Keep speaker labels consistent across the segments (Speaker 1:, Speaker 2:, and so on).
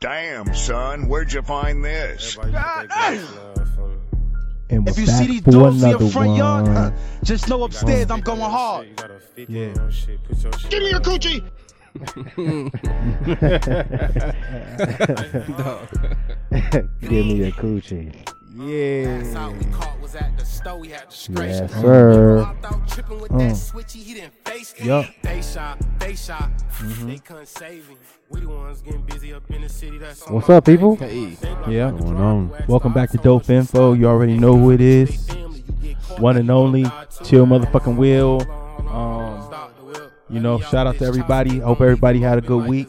Speaker 1: Damn, son, where'd you find this?
Speaker 2: God damn.
Speaker 3: And
Speaker 4: If
Speaker 3: we're
Speaker 4: you
Speaker 3: back
Speaker 4: see these
Speaker 3: for
Speaker 4: dogs in your
Speaker 3: another
Speaker 4: front
Speaker 3: one.
Speaker 4: yard, huh, just know upstairs I'm going hard.
Speaker 3: Yeah.
Speaker 2: Give me your coochie.
Speaker 3: Give me a coochie.
Speaker 5: That's
Speaker 3: Yeah.
Speaker 5: all we caught was at the store. We had to straight
Speaker 3: Yes,
Speaker 5: shot.
Speaker 3: sir.
Speaker 5: Popped out tripping with that switchy. He didn't face it.
Speaker 3: Mm. Yup. Mm-hmm.
Speaker 5: They shot, they shot. They couldn't save him. We the ones getting busy up in the city. That's on
Speaker 3: What's
Speaker 5: my
Speaker 3: up, people? E.
Speaker 4: Hey,
Speaker 3: Yeah.
Speaker 6: Going on.
Speaker 3: Welcome back to Dope Info. You already know who it is.
Speaker 5: family. You get caught.
Speaker 3: One and only, Chill Motherfucking Will. Um,
Speaker 5: Stop the whip.
Speaker 3: you know, shout out to everybody. Hope everybody had a good week.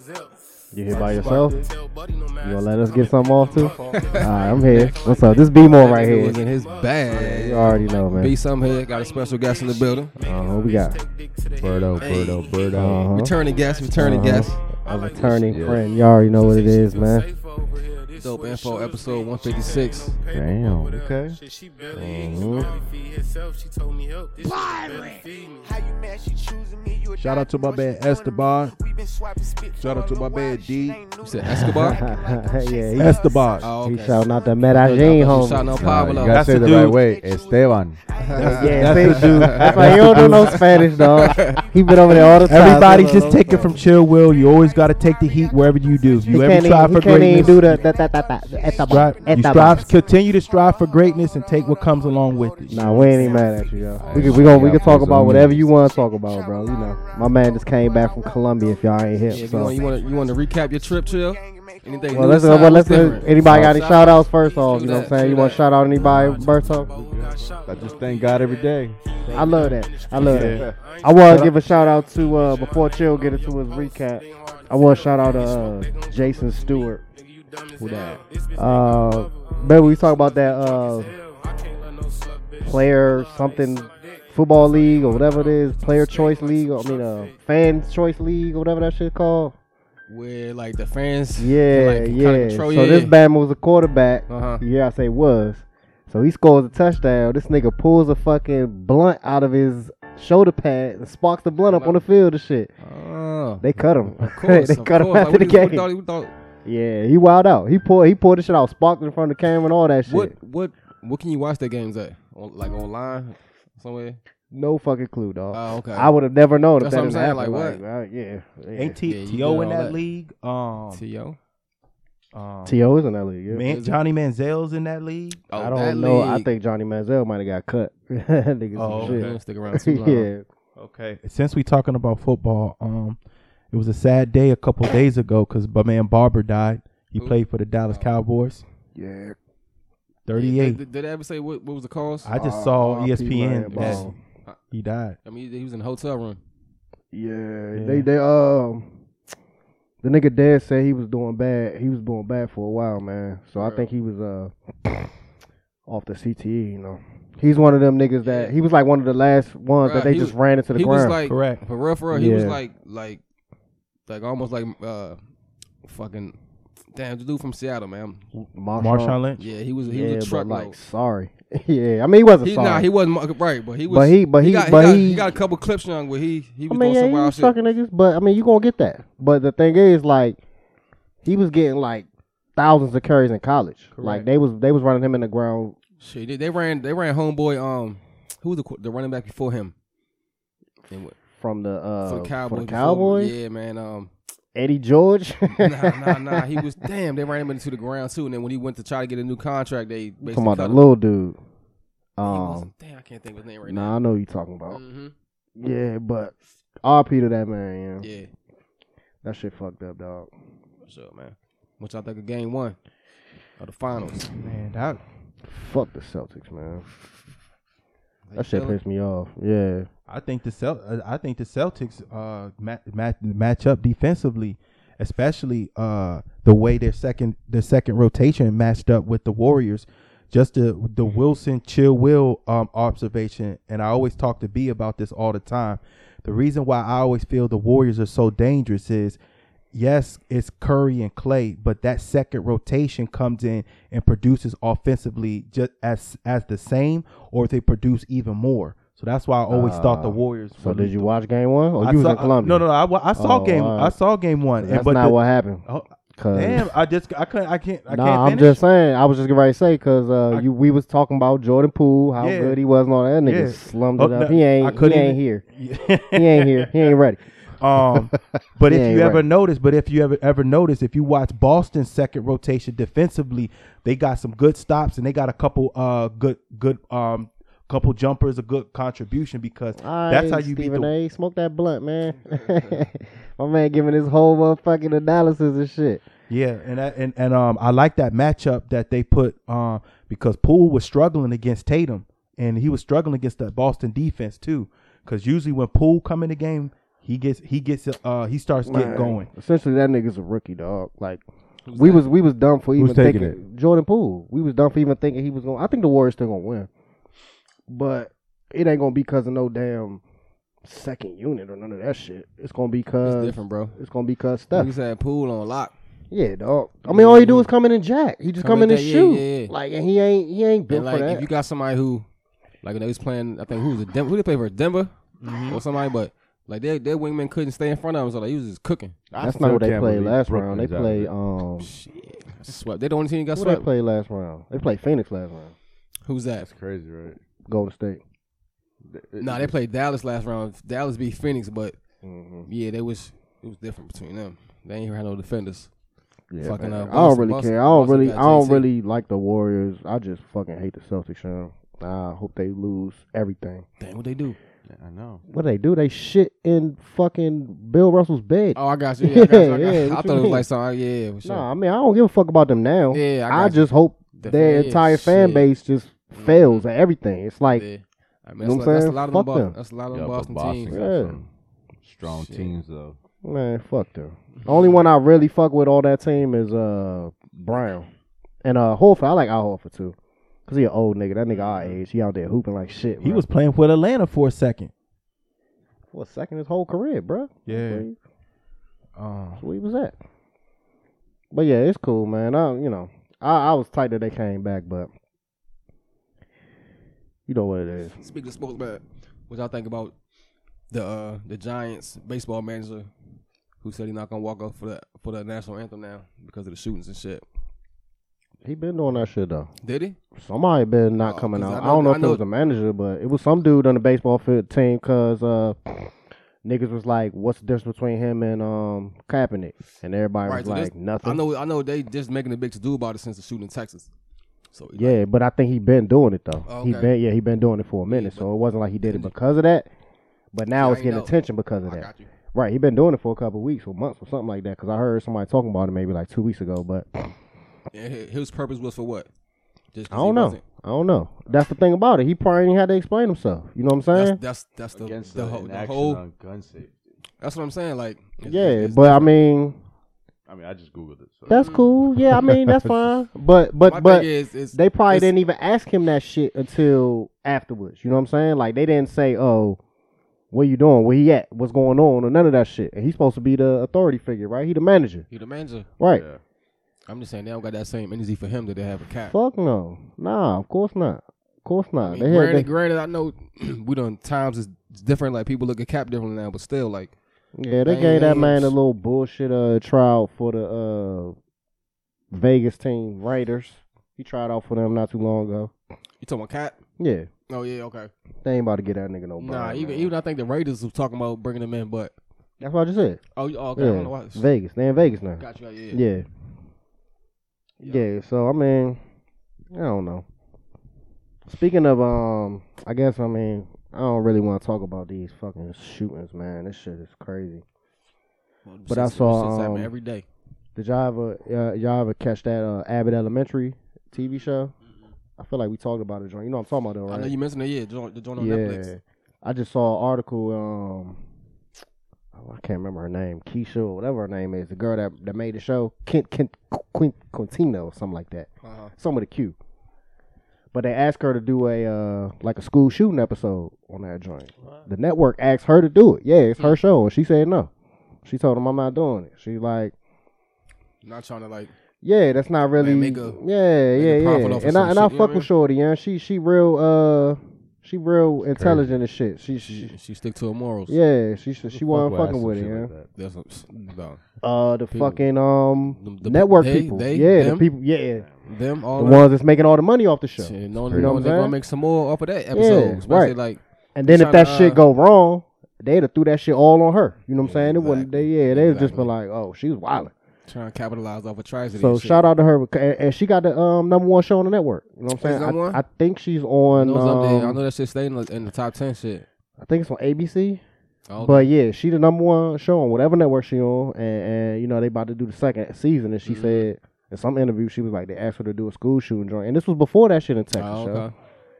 Speaker 6: You here by yourself?
Speaker 5: Tell buddy no
Speaker 6: You
Speaker 5: matter.
Speaker 6: gonna let us get something off too? Alright, I'm here. What's up? This B more right
Speaker 4: was
Speaker 6: here.
Speaker 4: in his bag.
Speaker 6: You already know,
Speaker 4: Be
Speaker 6: man.
Speaker 4: some here. Got a special guest in the building.
Speaker 6: Uh, who we got?
Speaker 7: Birdo, Birdo,
Speaker 4: uh,
Speaker 7: Birdo.
Speaker 6: Uh-huh.
Speaker 4: Returning guest. Returning
Speaker 6: Uh-huh.
Speaker 4: guest.
Speaker 6: A returning
Speaker 7: Yeah.
Speaker 6: friend. You already know what it is, man.
Speaker 4: Dope info episode 156.
Speaker 6: Damn. Okay. Uh-huh.
Speaker 7: Shout out to my man Esteban. Shout out to my man D.
Speaker 4: You said Escobar.
Speaker 6: yeah, he,
Speaker 3: Esteban.
Speaker 4: oh,
Speaker 6: he
Speaker 4: okay.
Speaker 6: shouting out the Medellin
Speaker 4: You
Speaker 6: homie.
Speaker 4: shouting out
Speaker 6: Nah,
Speaker 4: Pablo.
Speaker 6: you
Speaker 7: That's
Speaker 6: gotta say
Speaker 7: the
Speaker 6: the
Speaker 7: right
Speaker 6: right way.
Speaker 7: way. Esteban.
Speaker 6: Yeah, say the dude. That's why he don't know no Spanish, dog. He been over there all the time.
Speaker 3: Everybody just take it from Chill Will. You always got to take the heat wherever you do. If
Speaker 6: He
Speaker 3: you
Speaker 6: can't
Speaker 3: ever try
Speaker 6: even,
Speaker 3: for
Speaker 6: he can't even
Speaker 3: greatness,
Speaker 6: do the that that that that. Esteban.
Speaker 3: strive- you
Speaker 6: Esteban.
Speaker 3: strive, continue to strive for greatness and take what comes along with it.
Speaker 6: Nah, we ain't even mad at you, yo. We could, we gonna, we could talk about whatever you want to talk about, bro. You know, my man just came back from Colombia. If y'all ain't
Speaker 4: Yeah,
Speaker 6: here,
Speaker 4: if you
Speaker 6: so
Speaker 4: want, you want to you want to recap your trip, chill. Anything?
Speaker 6: well,
Speaker 4: new
Speaker 6: let's,
Speaker 4: inside?
Speaker 6: well, let's,
Speaker 4: What's different?
Speaker 6: anybody got any
Speaker 4: Outside?
Speaker 6: shout outs first off? You
Speaker 4: True
Speaker 6: know what
Speaker 4: that,
Speaker 6: I'm saying?
Speaker 4: true
Speaker 6: You want
Speaker 4: that.
Speaker 6: to shout out anybody, Berto?
Speaker 7: I just thank God every day.
Speaker 6: I love that. I love that. I want to give a shout out to uh, before Chill get into his recap. I want to shout out to uh, Jason Stewart.
Speaker 5: Who that?
Speaker 6: Uh, remember we talked about that uh, player something football league or whatever it is, player choice league. Or, I mean, uh, fan choice league or whatever that shit called.
Speaker 4: Where like the fans? can,
Speaker 6: Yeah,
Speaker 4: like,
Speaker 6: yeah.
Speaker 4: Kind of
Speaker 6: so
Speaker 4: control, yeah.
Speaker 6: this Bama was a quarterback.
Speaker 4: Uh-huh.
Speaker 6: Yeah, I say was. So he scores a touchdown. This nigga pulls a fucking blunt out of his shoulder pad and sparks the blunt up on the field and shit.
Speaker 4: Oh,
Speaker 6: They cut him.
Speaker 4: of course,
Speaker 6: they
Speaker 4: of
Speaker 6: cut him
Speaker 4: course.
Speaker 6: after
Speaker 4: Like,
Speaker 6: the
Speaker 4: we just- we
Speaker 6: game.
Speaker 4: thought he- we thought-
Speaker 6: yeah, he wild out. He pulled he pulled the shit out, sparked in front of the camera and all that shit.
Speaker 4: What what what can you watch the games at? On, like online somewhere?
Speaker 6: No fucking clue, dog.
Speaker 4: Oh, okay.
Speaker 6: Uh, I would have never known
Speaker 4: That's
Speaker 6: if
Speaker 4: what
Speaker 6: that
Speaker 4: I'm
Speaker 6: didn't
Speaker 4: saying,
Speaker 6: happen.
Speaker 4: like,
Speaker 6: uh,
Speaker 4: what?
Speaker 6: yeah. yeah.
Speaker 3: Ain't T-
Speaker 4: Yeah, you
Speaker 3: T.O.
Speaker 4: did
Speaker 3: in
Speaker 4: all
Speaker 3: that
Speaker 4: that.
Speaker 3: league? Um,
Speaker 4: T.O.
Speaker 3: um,
Speaker 6: T.O. is in that league. Yeah.
Speaker 3: Man, Johnny Manziel's in that league.
Speaker 4: Oh,
Speaker 6: I
Speaker 4: that
Speaker 6: don't know. I
Speaker 4: league.
Speaker 6: think Johnny Manziel might have got cut. Niggas
Speaker 3: Oh,
Speaker 6: some
Speaker 4: Okay,
Speaker 6: shit.
Speaker 4: don't stick around too long.
Speaker 6: yeah.
Speaker 3: Okay. Since we talking about football, um, it was a sad day a couple days ago because my man Barber died. He
Speaker 4: Who?
Speaker 3: played for the Dallas Cowboys.
Speaker 6: Yeah.
Speaker 4: Did,
Speaker 3: 38.
Speaker 4: did, did they ever say what, what was the cause? I,
Speaker 3: I just
Speaker 6: Uh,
Speaker 3: saw E
Speaker 6: R.I.P.
Speaker 3: ESPN
Speaker 6: Brian
Speaker 3: that
Speaker 6: Ball.
Speaker 3: he died.
Speaker 4: mean, he was in the hotel room.
Speaker 6: Yeah,
Speaker 3: Yeah.
Speaker 6: they they um the nigga dad said he was doing bad. He was doing bad for a while, man. So I think he was uh off the CTE. You know, he's one of them niggas that he was like one of the last ones
Speaker 4: Bruh,
Speaker 6: that they
Speaker 4: he
Speaker 6: just
Speaker 4: was-
Speaker 6: ran into the
Speaker 4: He was
Speaker 6: ground.
Speaker 4: like,
Speaker 3: Correct.
Speaker 4: for real, for real, he was
Speaker 6: Yeah.
Speaker 4: like, like, like almost like, uh, fucking, damn, the dude from Seattle, man.
Speaker 3: Marshawn Lynch.
Speaker 4: Yeah, he was, he
Speaker 6: yeah,
Speaker 4: was
Speaker 6: but
Speaker 4: a truckload.
Speaker 6: like sorry. yeah, I mean he wasn't
Speaker 4: he,
Speaker 6: sorry.
Speaker 4: nah, he wasn't mo- right, but he was.
Speaker 6: But he- but he-
Speaker 4: got,
Speaker 6: but
Speaker 4: got,
Speaker 6: he-
Speaker 4: got a couple clips young where he, he
Speaker 6: I mean,
Speaker 4: was doing
Speaker 6: yeah,
Speaker 4: some
Speaker 6: he
Speaker 4: wild
Speaker 6: was
Speaker 4: shit.
Speaker 6: sucking niggas, but I mean, you gonna get that. But the thing is, like, he was getting like thousands of carries in college.
Speaker 3: Correct.
Speaker 6: Like they was they was running him in the ground.
Speaker 4: Shit, they, they ran, they ran homeboy. Um, who was the qu- the running back before him? And what-
Speaker 6: From the uh,
Speaker 4: for the Cowboys.
Speaker 6: for the
Speaker 4: before-
Speaker 6: Cowboys,
Speaker 4: yeah, man. Um,
Speaker 6: Eddie George.
Speaker 4: nah, nah, nah. He was damn. They ran him into the ground too. And then when he went to try to get a new contract, they basically
Speaker 6: talking about
Speaker 4: cut
Speaker 6: that
Speaker 4: him.
Speaker 6: little dude.
Speaker 4: He
Speaker 6: Um,
Speaker 4: wasn't- damn, I can't think of his name right
Speaker 6: nah, I know who you talking
Speaker 4: now.
Speaker 6: about.
Speaker 4: hmm
Speaker 6: Yeah, but R.P. to that man. Yeah.
Speaker 4: Yeah,
Speaker 6: that shit fucked up, dog.
Speaker 4: what's up, man? What y'all think of game one of the finals?
Speaker 3: Man, that
Speaker 6: Fuck the Celtics, man.
Speaker 4: How you
Speaker 6: That shit
Speaker 4: feeling?
Speaker 6: pissed me off. Yeah,
Speaker 3: I think the Cel- uh, I think the Celtics uh ma- ma- match up defensively, especially uh the way their second their second rotation matched up with the Warriors. Just the the Wilson Chill Will um, observation, and I always talk to B about this all the time. The reason why I always feel the Warriors are so dangerous is yes, it's Curry and Clay, but that second rotation comes in and produces offensively just as as the same, or they produce even more. So that's why I always thought the Warriors.
Speaker 6: Ah, So
Speaker 3: would-
Speaker 6: did you watch Game One, or
Speaker 3: I
Speaker 6: you was
Speaker 3: saw,
Speaker 6: in Colombia?
Speaker 3: No, no, no. I, wa- I saw
Speaker 6: Oh,
Speaker 3: game.
Speaker 6: all right.
Speaker 3: I saw game one. and-
Speaker 6: That's
Speaker 3: but
Speaker 6: not
Speaker 3: the-
Speaker 6: what happened.
Speaker 3: Oh,
Speaker 6: Cause
Speaker 3: Damn, I just I couldn't I can't I
Speaker 6: nah,
Speaker 3: can't
Speaker 6: I'm
Speaker 3: finish.
Speaker 6: just saying. I was just gonna say because uh,
Speaker 3: I-
Speaker 6: you we was talking about Jordan Poole, how
Speaker 3: Yeah.
Speaker 6: good he was, and all that. That Nigga
Speaker 3: Yeah.
Speaker 6: slummed
Speaker 3: Oh,
Speaker 6: it up.
Speaker 3: no,
Speaker 6: he
Speaker 3: I
Speaker 6: ain't. He
Speaker 3: couldn't
Speaker 6: ain't
Speaker 3: even-
Speaker 6: here. He ain't here. He ain't ready.
Speaker 3: Um, but
Speaker 6: Yeah,
Speaker 3: if you
Speaker 6: you're
Speaker 3: ever
Speaker 6: right.
Speaker 3: notice, but if you ever ever notice, if you watch Boston's second rotation defensively, they got some good stops and they got a couple uh good good um couple jumpers, a good contribution because that's how you
Speaker 6: Stephen
Speaker 3: beat the
Speaker 6: A. Smoke that blunt, man. My man giving his whole motherfucking analysis and shit.
Speaker 3: yeah. And that, and and um I like that matchup that they put um because Poole was struggling against Tatum and he was struggling against that Boston defense too because usually when Poole come in the game. He gets, he gets, uh, he starts getting
Speaker 6: Man,
Speaker 3: going.
Speaker 6: Essentially, that nigga's a rookie, dog. Like we was we was dumb for
Speaker 3: Who's
Speaker 6: even
Speaker 3: taking
Speaker 6: thinking Jordan Poole. We was dumb for even thinking he was going. to I think the Warriors still gonna win, but it ain't gonna be because of no damn second unit or none of that shit. It's gonna be
Speaker 4: It's
Speaker 6: cause
Speaker 4: different, bro.
Speaker 6: it's gonna be cause
Speaker 4: Like
Speaker 6: stuff.
Speaker 4: you said, pool on lock.
Speaker 6: Yeah, dog. I mean, all he do is come in and jack. He just
Speaker 4: Come
Speaker 6: come,
Speaker 4: in
Speaker 6: in and
Speaker 4: there, yeah,
Speaker 6: shoot.
Speaker 4: yeah, yeah.
Speaker 6: Like and he ain't he ain't built
Speaker 4: And
Speaker 6: for
Speaker 4: like,
Speaker 6: that.
Speaker 4: if you got somebody who, like, when they was playing, I think who was it? Denver? Who they play for? Denver or somebody? But like, their their wingman couldn't stay in front of him, so like, he was just cooking.
Speaker 6: That's not what they
Speaker 8: can't
Speaker 6: played
Speaker 8: believe
Speaker 6: last
Speaker 8: Brooklyn
Speaker 6: round. They
Speaker 8: is out of
Speaker 6: played
Speaker 8: it.
Speaker 6: um.
Speaker 4: Shit, swept. They the only team that got
Speaker 6: Who they
Speaker 4: swept.
Speaker 6: played last round? They played Phoenix last round.
Speaker 4: Who's that?
Speaker 8: That's crazy, right?
Speaker 6: Golden State.
Speaker 4: Nah, they played Dallas last round. Dallas beat Phoenix, but
Speaker 6: Mm-hmm.
Speaker 4: yeah, they was it was different between them. They ain't had no defenders.
Speaker 8: Yeah,
Speaker 4: fucking
Speaker 8: man.
Speaker 4: uh, up.
Speaker 6: I don't really care. I don't really. I don't really like the Warriors. I just fucking hate the Celtics. Man. I hope they lose everything.
Speaker 4: Dang, what they do?
Speaker 8: I know.
Speaker 6: What they do? They shit in fucking Bill Russell's bed.
Speaker 4: Oh, I got you. Yeah, I, got you. I, got you.
Speaker 6: Yeah, yeah,
Speaker 4: I
Speaker 6: what
Speaker 4: thought
Speaker 6: you
Speaker 4: it was
Speaker 6: mean?
Speaker 4: like something. Yeah, yeah, for sure.
Speaker 6: Nah, I mean I don't give a fuck about them now.
Speaker 4: Yeah, I
Speaker 6: I,
Speaker 4: got you.
Speaker 6: just hope
Speaker 4: The
Speaker 6: their
Speaker 4: fan-
Speaker 6: entire fan
Speaker 4: shit. Mm-hmm.
Speaker 6: base just fails at everything. It's like
Speaker 4: yeah. I
Speaker 6: know
Speaker 4: mean,
Speaker 6: what I'm
Speaker 4: that's, like- that's a
Speaker 6: saying?
Speaker 4: lot of
Speaker 6: Fuck
Speaker 4: them. Bo-
Speaker 6: them.
Speaker 4: that's a lot of
Speaker 8: Yeah,
Speaker 4: them
Speaker 8: but
Speaker 4: Boston,
Speaker 8: Boston
Speaker 4: teams.
Speaker 8: got
Speaker 6: Yeah.
Speaker 8: some strong teams though.
Speaker 6: man, fuck them. The only one I really fuck with all that team is uh Brown and uh Horford. I like Al Horford too, cause he an old nigga. That nigga our age. He out there hooping like shit.
Speaker 3: He
Speaker 6: bruh.
Speaker 3: was playing with Atlanta for a second.
Speaker 6: for a second his whole career, bruh.
Speaker 3: Yeah.
Speaker 6: Like,
Speaker 3: Um,
Speaker 6: That's where he was at. But yeah, it's cool, man. I you know, I, I was tight that they came back, but you know what it is.
Speaker 4: Speaking of sports, but what y'all think about the uh, the Giants baseball manager who said he's not gonna walk up for the for the national anthem now because of the shootings and shit?
Speaker 6: He been doing that shit though.
Speaker 4: Did he?
Speaker 6: Somebody been not
Speaker 4: Oh,
Speaker 6: coming
Speaker 4: 'cause
Speaker 6: out.
Speaker 4: I
Speaker 6: I,
Speaker 4: know-
Speaker 6: don't know
Speaker 4: I
Speaker 6: if
Speaker 4: know-
Speaker 6: it was the manager, but it was some dude on the baseball field team because uh, niggas was like, "What's the difference between him and um Kaepernick?" And everybody
Speaker 4: Right,
Speaker 6: was
Speaker 4: so this-
Speaker 6: like, "Nothing."
Speaker 4: I know. I know they just making a big to do about it since the shooting in Texas. So like,
Speaker 6: Yeah, but I think he been doing it though.
Speaker 4: Oh,
Speaker 6: He
Speaker 4: okay.
Speaker 6: been yeah, he been doing it for a minute, so it wasn't like he did it because of that. But now
Speaker 4: Yeah,
Speaker 6: it's
Speaker 4: I
Speaker 6: getting
Speaker 4: know.
Speaker 6: attention because of
Speaker 4: I
Speaker 6: that.
Speaker 4: got you.
Speaker 6: Right, he been doing it for a couple weeks or months or something like that. Because I heard somebody talking about it maybe like two weeks ago, but I
Speaker 4: And hi- his purpose was for what? Just 'cause he
Speaker 6: don't know.
Speaker 4: wasn't-
Speaker 6: I don't know. That's the thing about it. He probably ain't had to explain himself. You know what I'm saying?
Speaker 4: That's that's that's the,
Speaker 8: Against
Speaker 4: the,
Speaker 8: the,
Speaker 4: whole, the
Speaker 8: inaction
Speaker 4: whole.
Speaker 8: on gun safety.
Speaker 4: That's what I'm saying. Like it's-
Speaker 6: yeah,
Speaker 4: it's- it's
Speaker 6: but I mean,
Speaker 8: I mean, I just googled it. So.
Speaker 6: that's cool. Yeah, I mean that's fine. But
Speaker 4: My
Speaker 6: but but
Speaker 4: thing is, is
Speaker 6: they probably
Speaker 4: it's-
Speaker 6: didn't even ask him that shit until afterwards. You know what I'm saying? Like they didn't say, "Oh, what you doing? Where he at? What's going on?" or none of that shit. And he's supposed to be the authority figure, right? He the manager,
Speaker 4: he the manager.
Speaker 6: right?
Speaker 8: Yeah.
Speaker 4: I'm just saying they don't got that same energy for him that they have a cat.
Speaker 6: Fuck no, nah, of course not, of course not.
Speaker 4: I mean,
Speaker 6: they had
Speaker 4: granted,
Speaker 6: they-
Speaker 4: granted, I know we done times is different. Like people look at cap differently now, but still, like
Speaker 6: yeah, they
Speaker 4: they
Speaker 6: gave that
Speaker 4: ain't-
Speaker 6: man a little bullshit uh trial for the uh Vegas team Raiders. He tried out for them not too long ago.
Speaker 4: you talking about cap?
Speaker 6: Yeah,
Speaker 4: Oh yeah, okay.
Speaker 6: they ain't about to get that nigga no.
Speaker 4: nah,
Speaker 6: bond,
Speaker 4: even
Speaker 6: man.
Speaker 4: even I think the Raiders was talking about bringing him in, but
Speaker 6: that's what I just said.
Speaker 4: oh, you- oh, okay, I don't know
Speaker 6: Yeah,
Speaker 4: why.
Speaker 6: Vegas, they in Vegas now.
Speaker 4: Got you. Yeah, yeah.
Speaker 6: Yeah. Yeah, so I mean, I don't know. Speaking of um, I guess I mean, I don't really want to talk about these fucking shootings, man. This shit is crazy.
Speaker 4: Well,
Speaker 6: But I
Speaker 4: since-
Speaker 6: saw,
Speaker 4: since happened
Speaker 6: um,
Speaker 4: every day.
Speaker 6: Did y'all ever uh, y'all ever catch that uh, Abbott Elementary TV show? I feel like we talked about it, John. You know what I'm talking about, though,
Speaker 4: Mm-hmm. I
Speaker 6: right?
Speaker 4: know you mentioned it. Yeah, jo- the joint on
Speaker 6: yeah.
Speaker 4: Netflix.
Speaker 6: I just saw an article. Um, oh, I can't remember her name, Keisha or whatever her name is, the girl that, that made the show, Kent Kent Quint, Quintino or something like that.
Speaker 4: Uh-huh.
Speaker 6: Some of the Q. But they asked her to do a uh, like a school shooting episode on that joint. The network asked her to do it. Yeah, it's
Speaker 4: Hmm.
Speaker 6: her show, and she said no. She told them I'm not doing it. She like,
Speaker 4: Not trying to like.
Speaker 6: yeah, that's not really.
Speaker 4: make a-
Speaker 6: yeah,
Speaker 4: make a
Speaker 6: yeah,
Speaker 4: profit
Speaker 6: yeah.
Speaker 4: off
Speaker 6: And I and
Speaker 4: of some shit,
Speaker 6: I
Speaker 4: you know what I
Speaker 6: fuck
Speaker 4: mean?
Speaker 6: with Shorty, yeah. She she real uh She real intelligent and shit. She, she,
Speaker 4: She, she stick to her morals.
Speaker 6: yeah, she she, she wasn't
Speaker 8: Fuck with
Speaker 6: fucking
Speaker 8: some
Speaker 6: with it.
Speaker 8: shit
Speaker 6: Yeah.
Speaker 8: like that.
Speaker 4: That's what, no.
Speaker 6: uh, the
Speaker 4: People.
Speaker 6: fucking um
Speaker 4: Them- the-
Speaker 6: network
Speaker 4: they-
Speaker 6: people.
Speaker 4: they-
Speaker 6: yeah,
Speaker 4: them?
Speaker 6: the people. Yeah,
Speaker 4: Them all
Speaker 6: the ones that's making all the money off the show.
Speaker 4: Shit, knowing
Speaker 6: You know what I'm
Speaker 4: they're gonna
Speaker 6: saying?
Speaker 4: make some more off of that episode. especially
Speaker 6: right.
Speaker 4: like
Speaker 6: And then if
Speaker 4: tryna,
Speaker 6: that
Speaker 4: uh,
Speaker 6: shit go wrong, they'd have threw that shit all on her. You know what I'm saying? It wouldn't. They
Speaker 4: exactly.
Speaker 6: yeah, they'd have just
Speaker 4: Exactly.
Speaker 6: been like, oh, she was wilding.
Speaker 4: trying to capitalize off a tragedy.
Speaker 6: So
Speaker 4: and shit.
Speaker 6: shout out to her, bec- and, and she got the um, number one show on the network. You know what I'm saying?
Speaker 4: Is that
Speaker 6: I,
Speaker 4: one?
Speaker 6: I think she's on.
Speaker 4: I know, it's up there. I
Speaker 6: Um,
Speaker 4: know that shit stayed in the, in the top ten shit.
Speaker 6: I think it's on ABC.
Speaker 4: Oh,
Speaker 6: But yeah, she the number one show on whatever network she on, and, and you know they about to do the second season. And
Speaker 4: Mm-hmm.
Speaker 6: she said in some interview she was like they asked her to do a school shooting joint, and this was before that shit in Texas.
Speaker 4: Oh,
Speaker 6: yo.
Speaker 4: okay.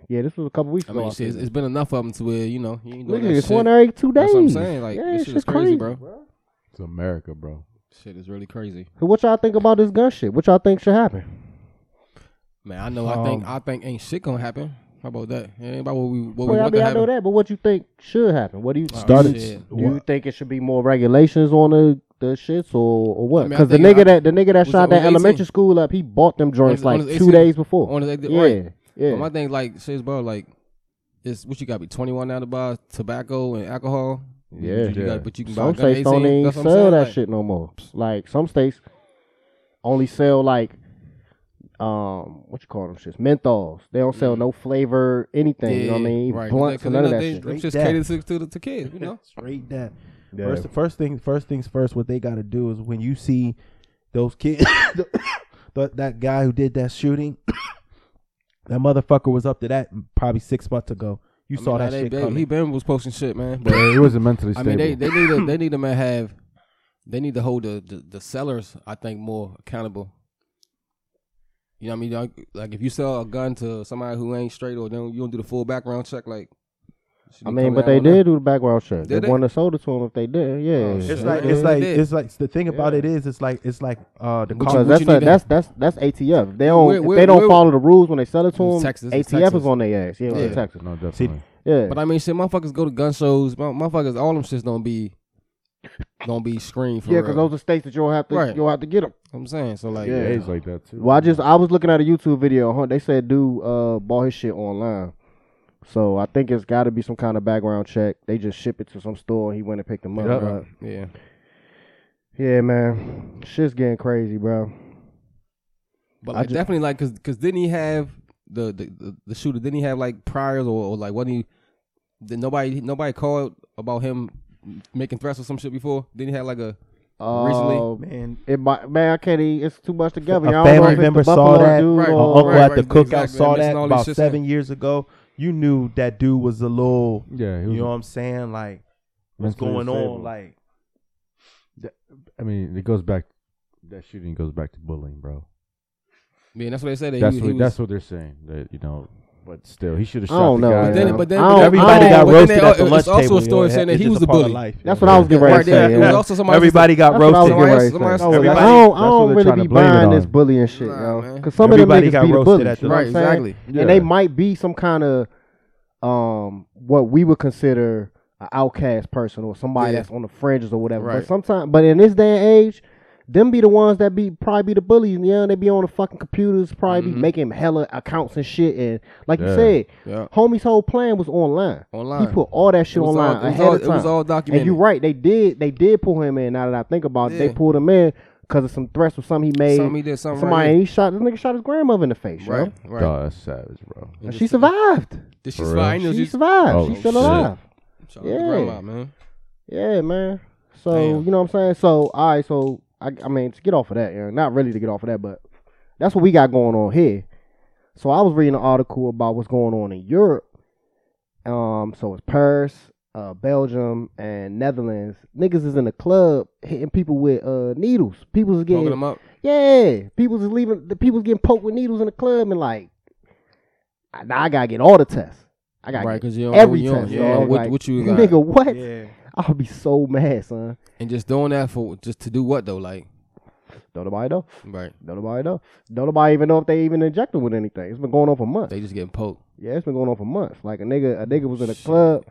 Speaker 6: Yeah, this was a couple weeks
Speaker 4: I
Speaker 6: ago.
Speaker 4: mean,
Speaker 6: I
Speaker 4: shit,
Speaker 6: think.
Speaker 4: it's, it's been enough of them to where you know you ain't doing
Speaker 6: Nigga,
Speaker 4: that
Speaker 6: it's
Speaker 4: shit.
Speaker 6: one every two days.
Speaker 4: That's what I'm saying. Like
Speaker 6: yeah,
Speaker 4: this
Speaker 6: it's
Speaker 4: shit is crazy, bro.
Speaker 8: It's America, bro.
Speaker 4: Shit is really crazy.
Speaker 6: So what y'all think about this gun shit? What y'all think should happen?
Speaker 4: Man, I know. I
Speaker 6: Um,
Speaker 4: think I think ain't shit gonna happen. How about that? It ain't about what we what we
Speaker 6: Well, I
Speaker 4: want
Speaker 6: mean,
Speaker 4: to
Speaker 6: I know
Speaker 4: happen. Oh,
Speaker 6: that, but what you think should happen? What do you
Speaker 3: Start it.
Speaker 4: shit.
Speaker 6: Do you think it should be more regulations on the, the shits or, or
Speaker 4: I
Speaker 6: what?
Speaker 4: mean, I
Speaker 6: Because
Speaker 4: think
Speaker 6: the nigga
Speaker 4: I-
Speaker 6: that the nigga that
Speaker 4: was
Speaker 6: shot
Speaker 4: it- was
Speaker 6: that
Speaker 4: it 18?
Speaker 6: elementary school up, he bought them joints
Speaker 4: Was it-
Speaker 6: like
Speaker 4: was it
Speaker 6: two
Speaker 4: 18?
Speaker 6: days before.
Speaker 4: On the-
Speaker 6: yeah,
Speaker 4: right.
Speaker 6: yeah.
Speaker 4: But my thing, like, shit's bro, like, it's what you got to be twenty one now to buy tobacco and alcohol.
Speaker 6: Yeah,
Speaker 4: you, you
Speaker 8: yeah.
Speaker 4: Gotta, but you can buy a
Speaker 6: some
Speaker 4: gun at
Speaker 6: states don't
Speaker 4: 18.
Speaker 6: even
Speaker 4: That's
Speaker 6: sell
Speaker 4: what I'm saying,
Speaker 6: that
Speaker 4: like,
Speaker 6: shit no more. Like some states only sell like um what you call them shits menthols. They don't sell no flavor anything. you know what I mean?
Speaker 4: Mm. Right.
Speaker 6: Blunts
Speaker 4: Because
Speaker 6: and none of that
Speaker 4: they,
Speaker 6: shit.
Speaker 4: They
Speaker 3: Straight
Speaker 4: just
Speaker 3: that.
Speaker 4: catered to, to, the- to kids, you know.
Speaker 3: Straight that.
Speaker 6: Yeah.
Speaker 3: First, first thing, first things first. What they got to do is when you see those kids, th- that guy who did that shooting, that motherfucker was up to that probably six months ago. You saw
Speaker 4: Nah,
Speaker 3: that
Speaker 4: they-
Speaker 3: shit
Speaker 4: they-
Speaker 3: coming.
Speaker 4: He been was posting shit, man. But
Speaker 8: Yeah, he wasn't mentally
Speaker 4: I
Speaker 8: stable.
Speaker 4: mean, they they need to they need to man, have they need to hold the, the the sellers, I think, more accountable. You know what I mean? Like, like if you sell a gun to somebody who ain't straight or don't you don't do the full background check, like should
Speaker 6: I
Speaker 4: be
Speaker 6: mean,
Speaker 4: coming
Speaker 6: but
Speaker 4: out
Speaker 6: they
Speaker 4: on them.
Speaker 6: did do the background check. They,
Speaker 4: Did they?
Speaker 6: wouldn't have sold it to them if they did. Yeah,
Speaker 4: Oh, shit.
Speaker 3: It's like
Speaker 4: Yeah,
Speaker 3: it's
Speaker 4: they
Speaker 3: like
Speaker 4: did.
Speaker 3: it's like the thing about it is it's like it's like uh the
Speaker 6: because
Speaker 3: car,
Speaker 4: what
Speaker 6: that's
Speaker 4: you
Speaker 6: a,
Speaker 4: need to-
Speaker 6: that's that's that's ATF. If they don't
Speaker 4: Where-
Speaker 6: if
Speaker 4: where-
Speaker 6: they don't
Speaker 4: where-
Speaker 6: follow the rules when they sell it to them.
Speaker 4: Texas,
Speaker 6: ATF
Speaker 4: it's Texas.
Speaker 6: is on their ass. Yeah, yeah.
Speaker 4: Yeah.
Speaker 6: Texas.
Speaker 8: no, definitely.
Speaker 6: Yeah,
Speaker 4: But I mean, shit, motherfuckers go to gun shows. mo- Motherfuckers, all them shits don't be don't be screened for
Speaker 6: yeah,
Speaker 4: real.
Speaker 6: because those are states that you don't have to
Speaker 4: Right.
Speaker 6: you don't have to get them.
Speaker 4: I'm saying so like
Speaker 8: yeah,
Speaker 6: Yeah.
Speaker 8: it's like that too.
Speaker 6: Well, I just I was looking at a YouTube video. Huh? They said dude uh, bought his shit online, so I think it's got to be some kind of background check. They just ship it to some store. and He went and picked them up.
Speaker 8: Yup.
Speaker 6: but-
Speaker 4: yeah.
Speaker 6: yeah, man, shit's getting crazy, bro.
Speaker 4: But
Speaker 6: I
Speaker 4: like,
Speaker 6: ju-
Speaker 4: definitely like because because didn't he have the, the the the shooter? Didn't he have like priors or, or like wasn't he? Did nobody nobody called about him making threats or some shit before? Didn't he have like a Recently,
Speaker 6: Uh,
Speaker 3: Oh, man.
Speaker 6: It might, man, I can't eat. It's too much together.
Speaker 3: A
Speaker 6: Y'all don't know
Speaker 3: family
Speaker 6: if it's
Speaker 3: member
Speaker 6: the
Speaker 3: saw
Speaker 6: Buffalo
Speaker 3: that. Oh,
Speaker 6: Dude
Speaker 4: Right.
Speaker 6: or-
Speaker 3: My uncle
Speaker 4: Right,
Speaker 3: at
Speaker 4: right,
Speaker 3: the cookout
Speaker 4: exactly.
Speaker 3: saw
Speaker 4: Mixing
Speaker 3: that
Speaker 4: all these
Speaker 3: about
Speaker 4: shits
Speaker 3: seven years ago. You knew that dude was a little.
Speaker 8: yeah, he
Speaker 3: You
Speaker 8: was,
Speaker 3: know what I'm saying? Like what's
Speaker 8: mentally
Speaker 3: going
Speaker 8: stable.
Speaker 3: on? Like
Speaker 8: I mean, it goes back. That shooting goes back to bullying, bro.
Speaker 4: man? That's what they said. That
Speaker 8: That's
Speaker 4: he,
Speaker 8: what
Speaker 4: he was,
Speaker 8: that's what they're saying. That you know, but still, he should have
Speaker 6: I
Speaker 8: shot
Speaker 6: don't
Speaker 8: the
Speaker 6: know,
Speaker 8: guy.
Speaker 4: But then,
Speaker 6: Yeah.
Speaker 4: but then,
Speaker 6: I
Speaker 4: but
Speaker 6: don't-
Speaker 4: then-
Speaker 3: everybody
Speaker 6: I
Speaker 3: got
Speaker 4: but then
Speaker 3: roasted
Speaker 4: they-
Speaker 3: at the
Speaker 4: it's
Speaker 3: lunch
Speaker 4: also
Speaker 3: table.
Speaker 4: a story
Speaker 3: yo.
Speaker 4: saying that
Speaker 3: It's
Speaker 4: he
Speaker 3: just
Speaker 4: was a
Speaker 3: part of
Speaker 4: bully.
Speaker 3: life, yo.
Speaker 6: That's what I was getting ready
Speaker 4: Right
Speaker 6: to
Speaker 4: there,
Speaker 6: say.
Speaker 4: it was
Speaker 6: Yeah.
Speaker 4: also somebody
Speaker 3: Everybody got
Speaker 6: That's what I was
Speaker 3: roasted.
Speaker 6: getting ready to
Speaker 4: Somebody else-
Speaker 6: say.
Speaker 4: somebody else-
Speaker 6: I
Speaker 3: Everybody-
Speaker 6: don't, I
Speaker 8: that's what
Speaker 6: don't
Speaker 8: they're
Speaker 6: really
Speaker 8: trying to
Speaker 6: be
Speaker 8: blame it
Speaker 6: buying this
Speaker 8: on.
Speaker 6: bullying shit,
Speaker 4: Nah,
Speaker 6: yo.
Speaker 4: man.
Speaker 6: Because some of them
Speaker 3: Everybody
Speaker 6: niggas
Speaker 3: got
Speaker 6: be the
Speaker 3: roasted
Speaker 6: bullies,
Speaker 3: at the
Speaker 6: you know what I'm
Speaker 4: lunch
Speaker 6: saying?
Speaker 4: Exactly.
Speaker 8: Yeah.
Speaker 6: And they might be some kind of um what we would consider an outcast person or somebody
Speaker 4: Yeah.
Speaker 6: that's on the fringes or whatever.
Speaker 4: Right.
Speaker 6: But sometimes, but in this day and age. Them be the ones that be probably be the bullies, and yeah, they be on the fucking computers, probably
Speaker 4: Mm-hmm.
Speaker 6: be making hella accounts and shit. And like you
Speaker 8: Yeah.
Speaker 6: said,
Speaker 4: Yeah.
Speaker 6: homie's whole plan was online.
Speaker 4: Online.
Speaker 6: he put all that shit
Speaker 4: It was
Speaker 6: online
Speaker 4: all- it was
Speaker 6: ahead
Speaker 4: all-
Speaker 6: of
Speaker 4: it
Speaker 6: time.
Speaker 4: was all documented.
Speaker 6: And you're right, they did, they did pull him in. Now that I think about it, they
Speaker 4: Yeah.
Speaker 6: pulled him in because of some threats or something he made.
Speaker 4: Something he did, something
Speaker 6: Somebody
Speaker 4: right.
Speaker 6: he shot this nigga shot his grandmother in the face, yo.
Speaker 4: Right, right.
Speaker 8: Dawg, that's savage, bro.
Speaker 6: And she survived.
Speaker 4: Did she
Speaker 8: For
Speaker 4: survive? I
Speaker 8: real?
Speaker 4: know
Speaker 6: She
Speaker 4: she
Speaker 6: survived.
Speaker 8: Oh,
Speaker 6: She's still
Speaker 8: shit.
Speaker 6: alive.
Speaker 4: Shout out to
Speaker 6: Yeah.
Speaker 4: grandma, man.
Speaker 6: Yeah, man. So
Speaker 4: Damn.
Speaker 6: you know what I'm saying. So all right. So I, I mean, to get off of that, yeah, not really to get off of that, but that's what we got going on here. So I was reading an article about what's going on in Europe. Um, so it's Paris, uh, Belgium, and Netherlands. Niggas is in the club hitting people with uh needles. People's is
Speaker 4: Poking
Speaker 6: getting
Speaker 4: them up.
Speaker 6: yeah, people's is leaving. The people's getting poked with needles in the club, and like, I, now I gotta get all the tests. I gotta
Speaker 4: Right,
Speaker 6: get
Speaker 4: 'cause you don't-
Speaker 6: every
Speaker 4: you don't-
Speaker 6: test.
Speaker 4: you don't
Speaker 6: dog.
Speaker 4: know what-
Speaker 6: Like,
Speaker 4: what you got.
Speaker 6: nigga? What?
Speaker 3: yeah.
Speaker 6: I'll be so mad, son.
Speaker 4: And just doing that for just to do what though? Like,
Speaker 6: Don't nobody know.
Speaker 4: right?
Speaker 6: Don't nobody know. Don't nobody even know if they even injected with anything. It's been going on for months.
Speaker 4: They just getting poked.
Speaker 6: Yeah, it's been going on for months. Like a nigga, a nigga was in a club,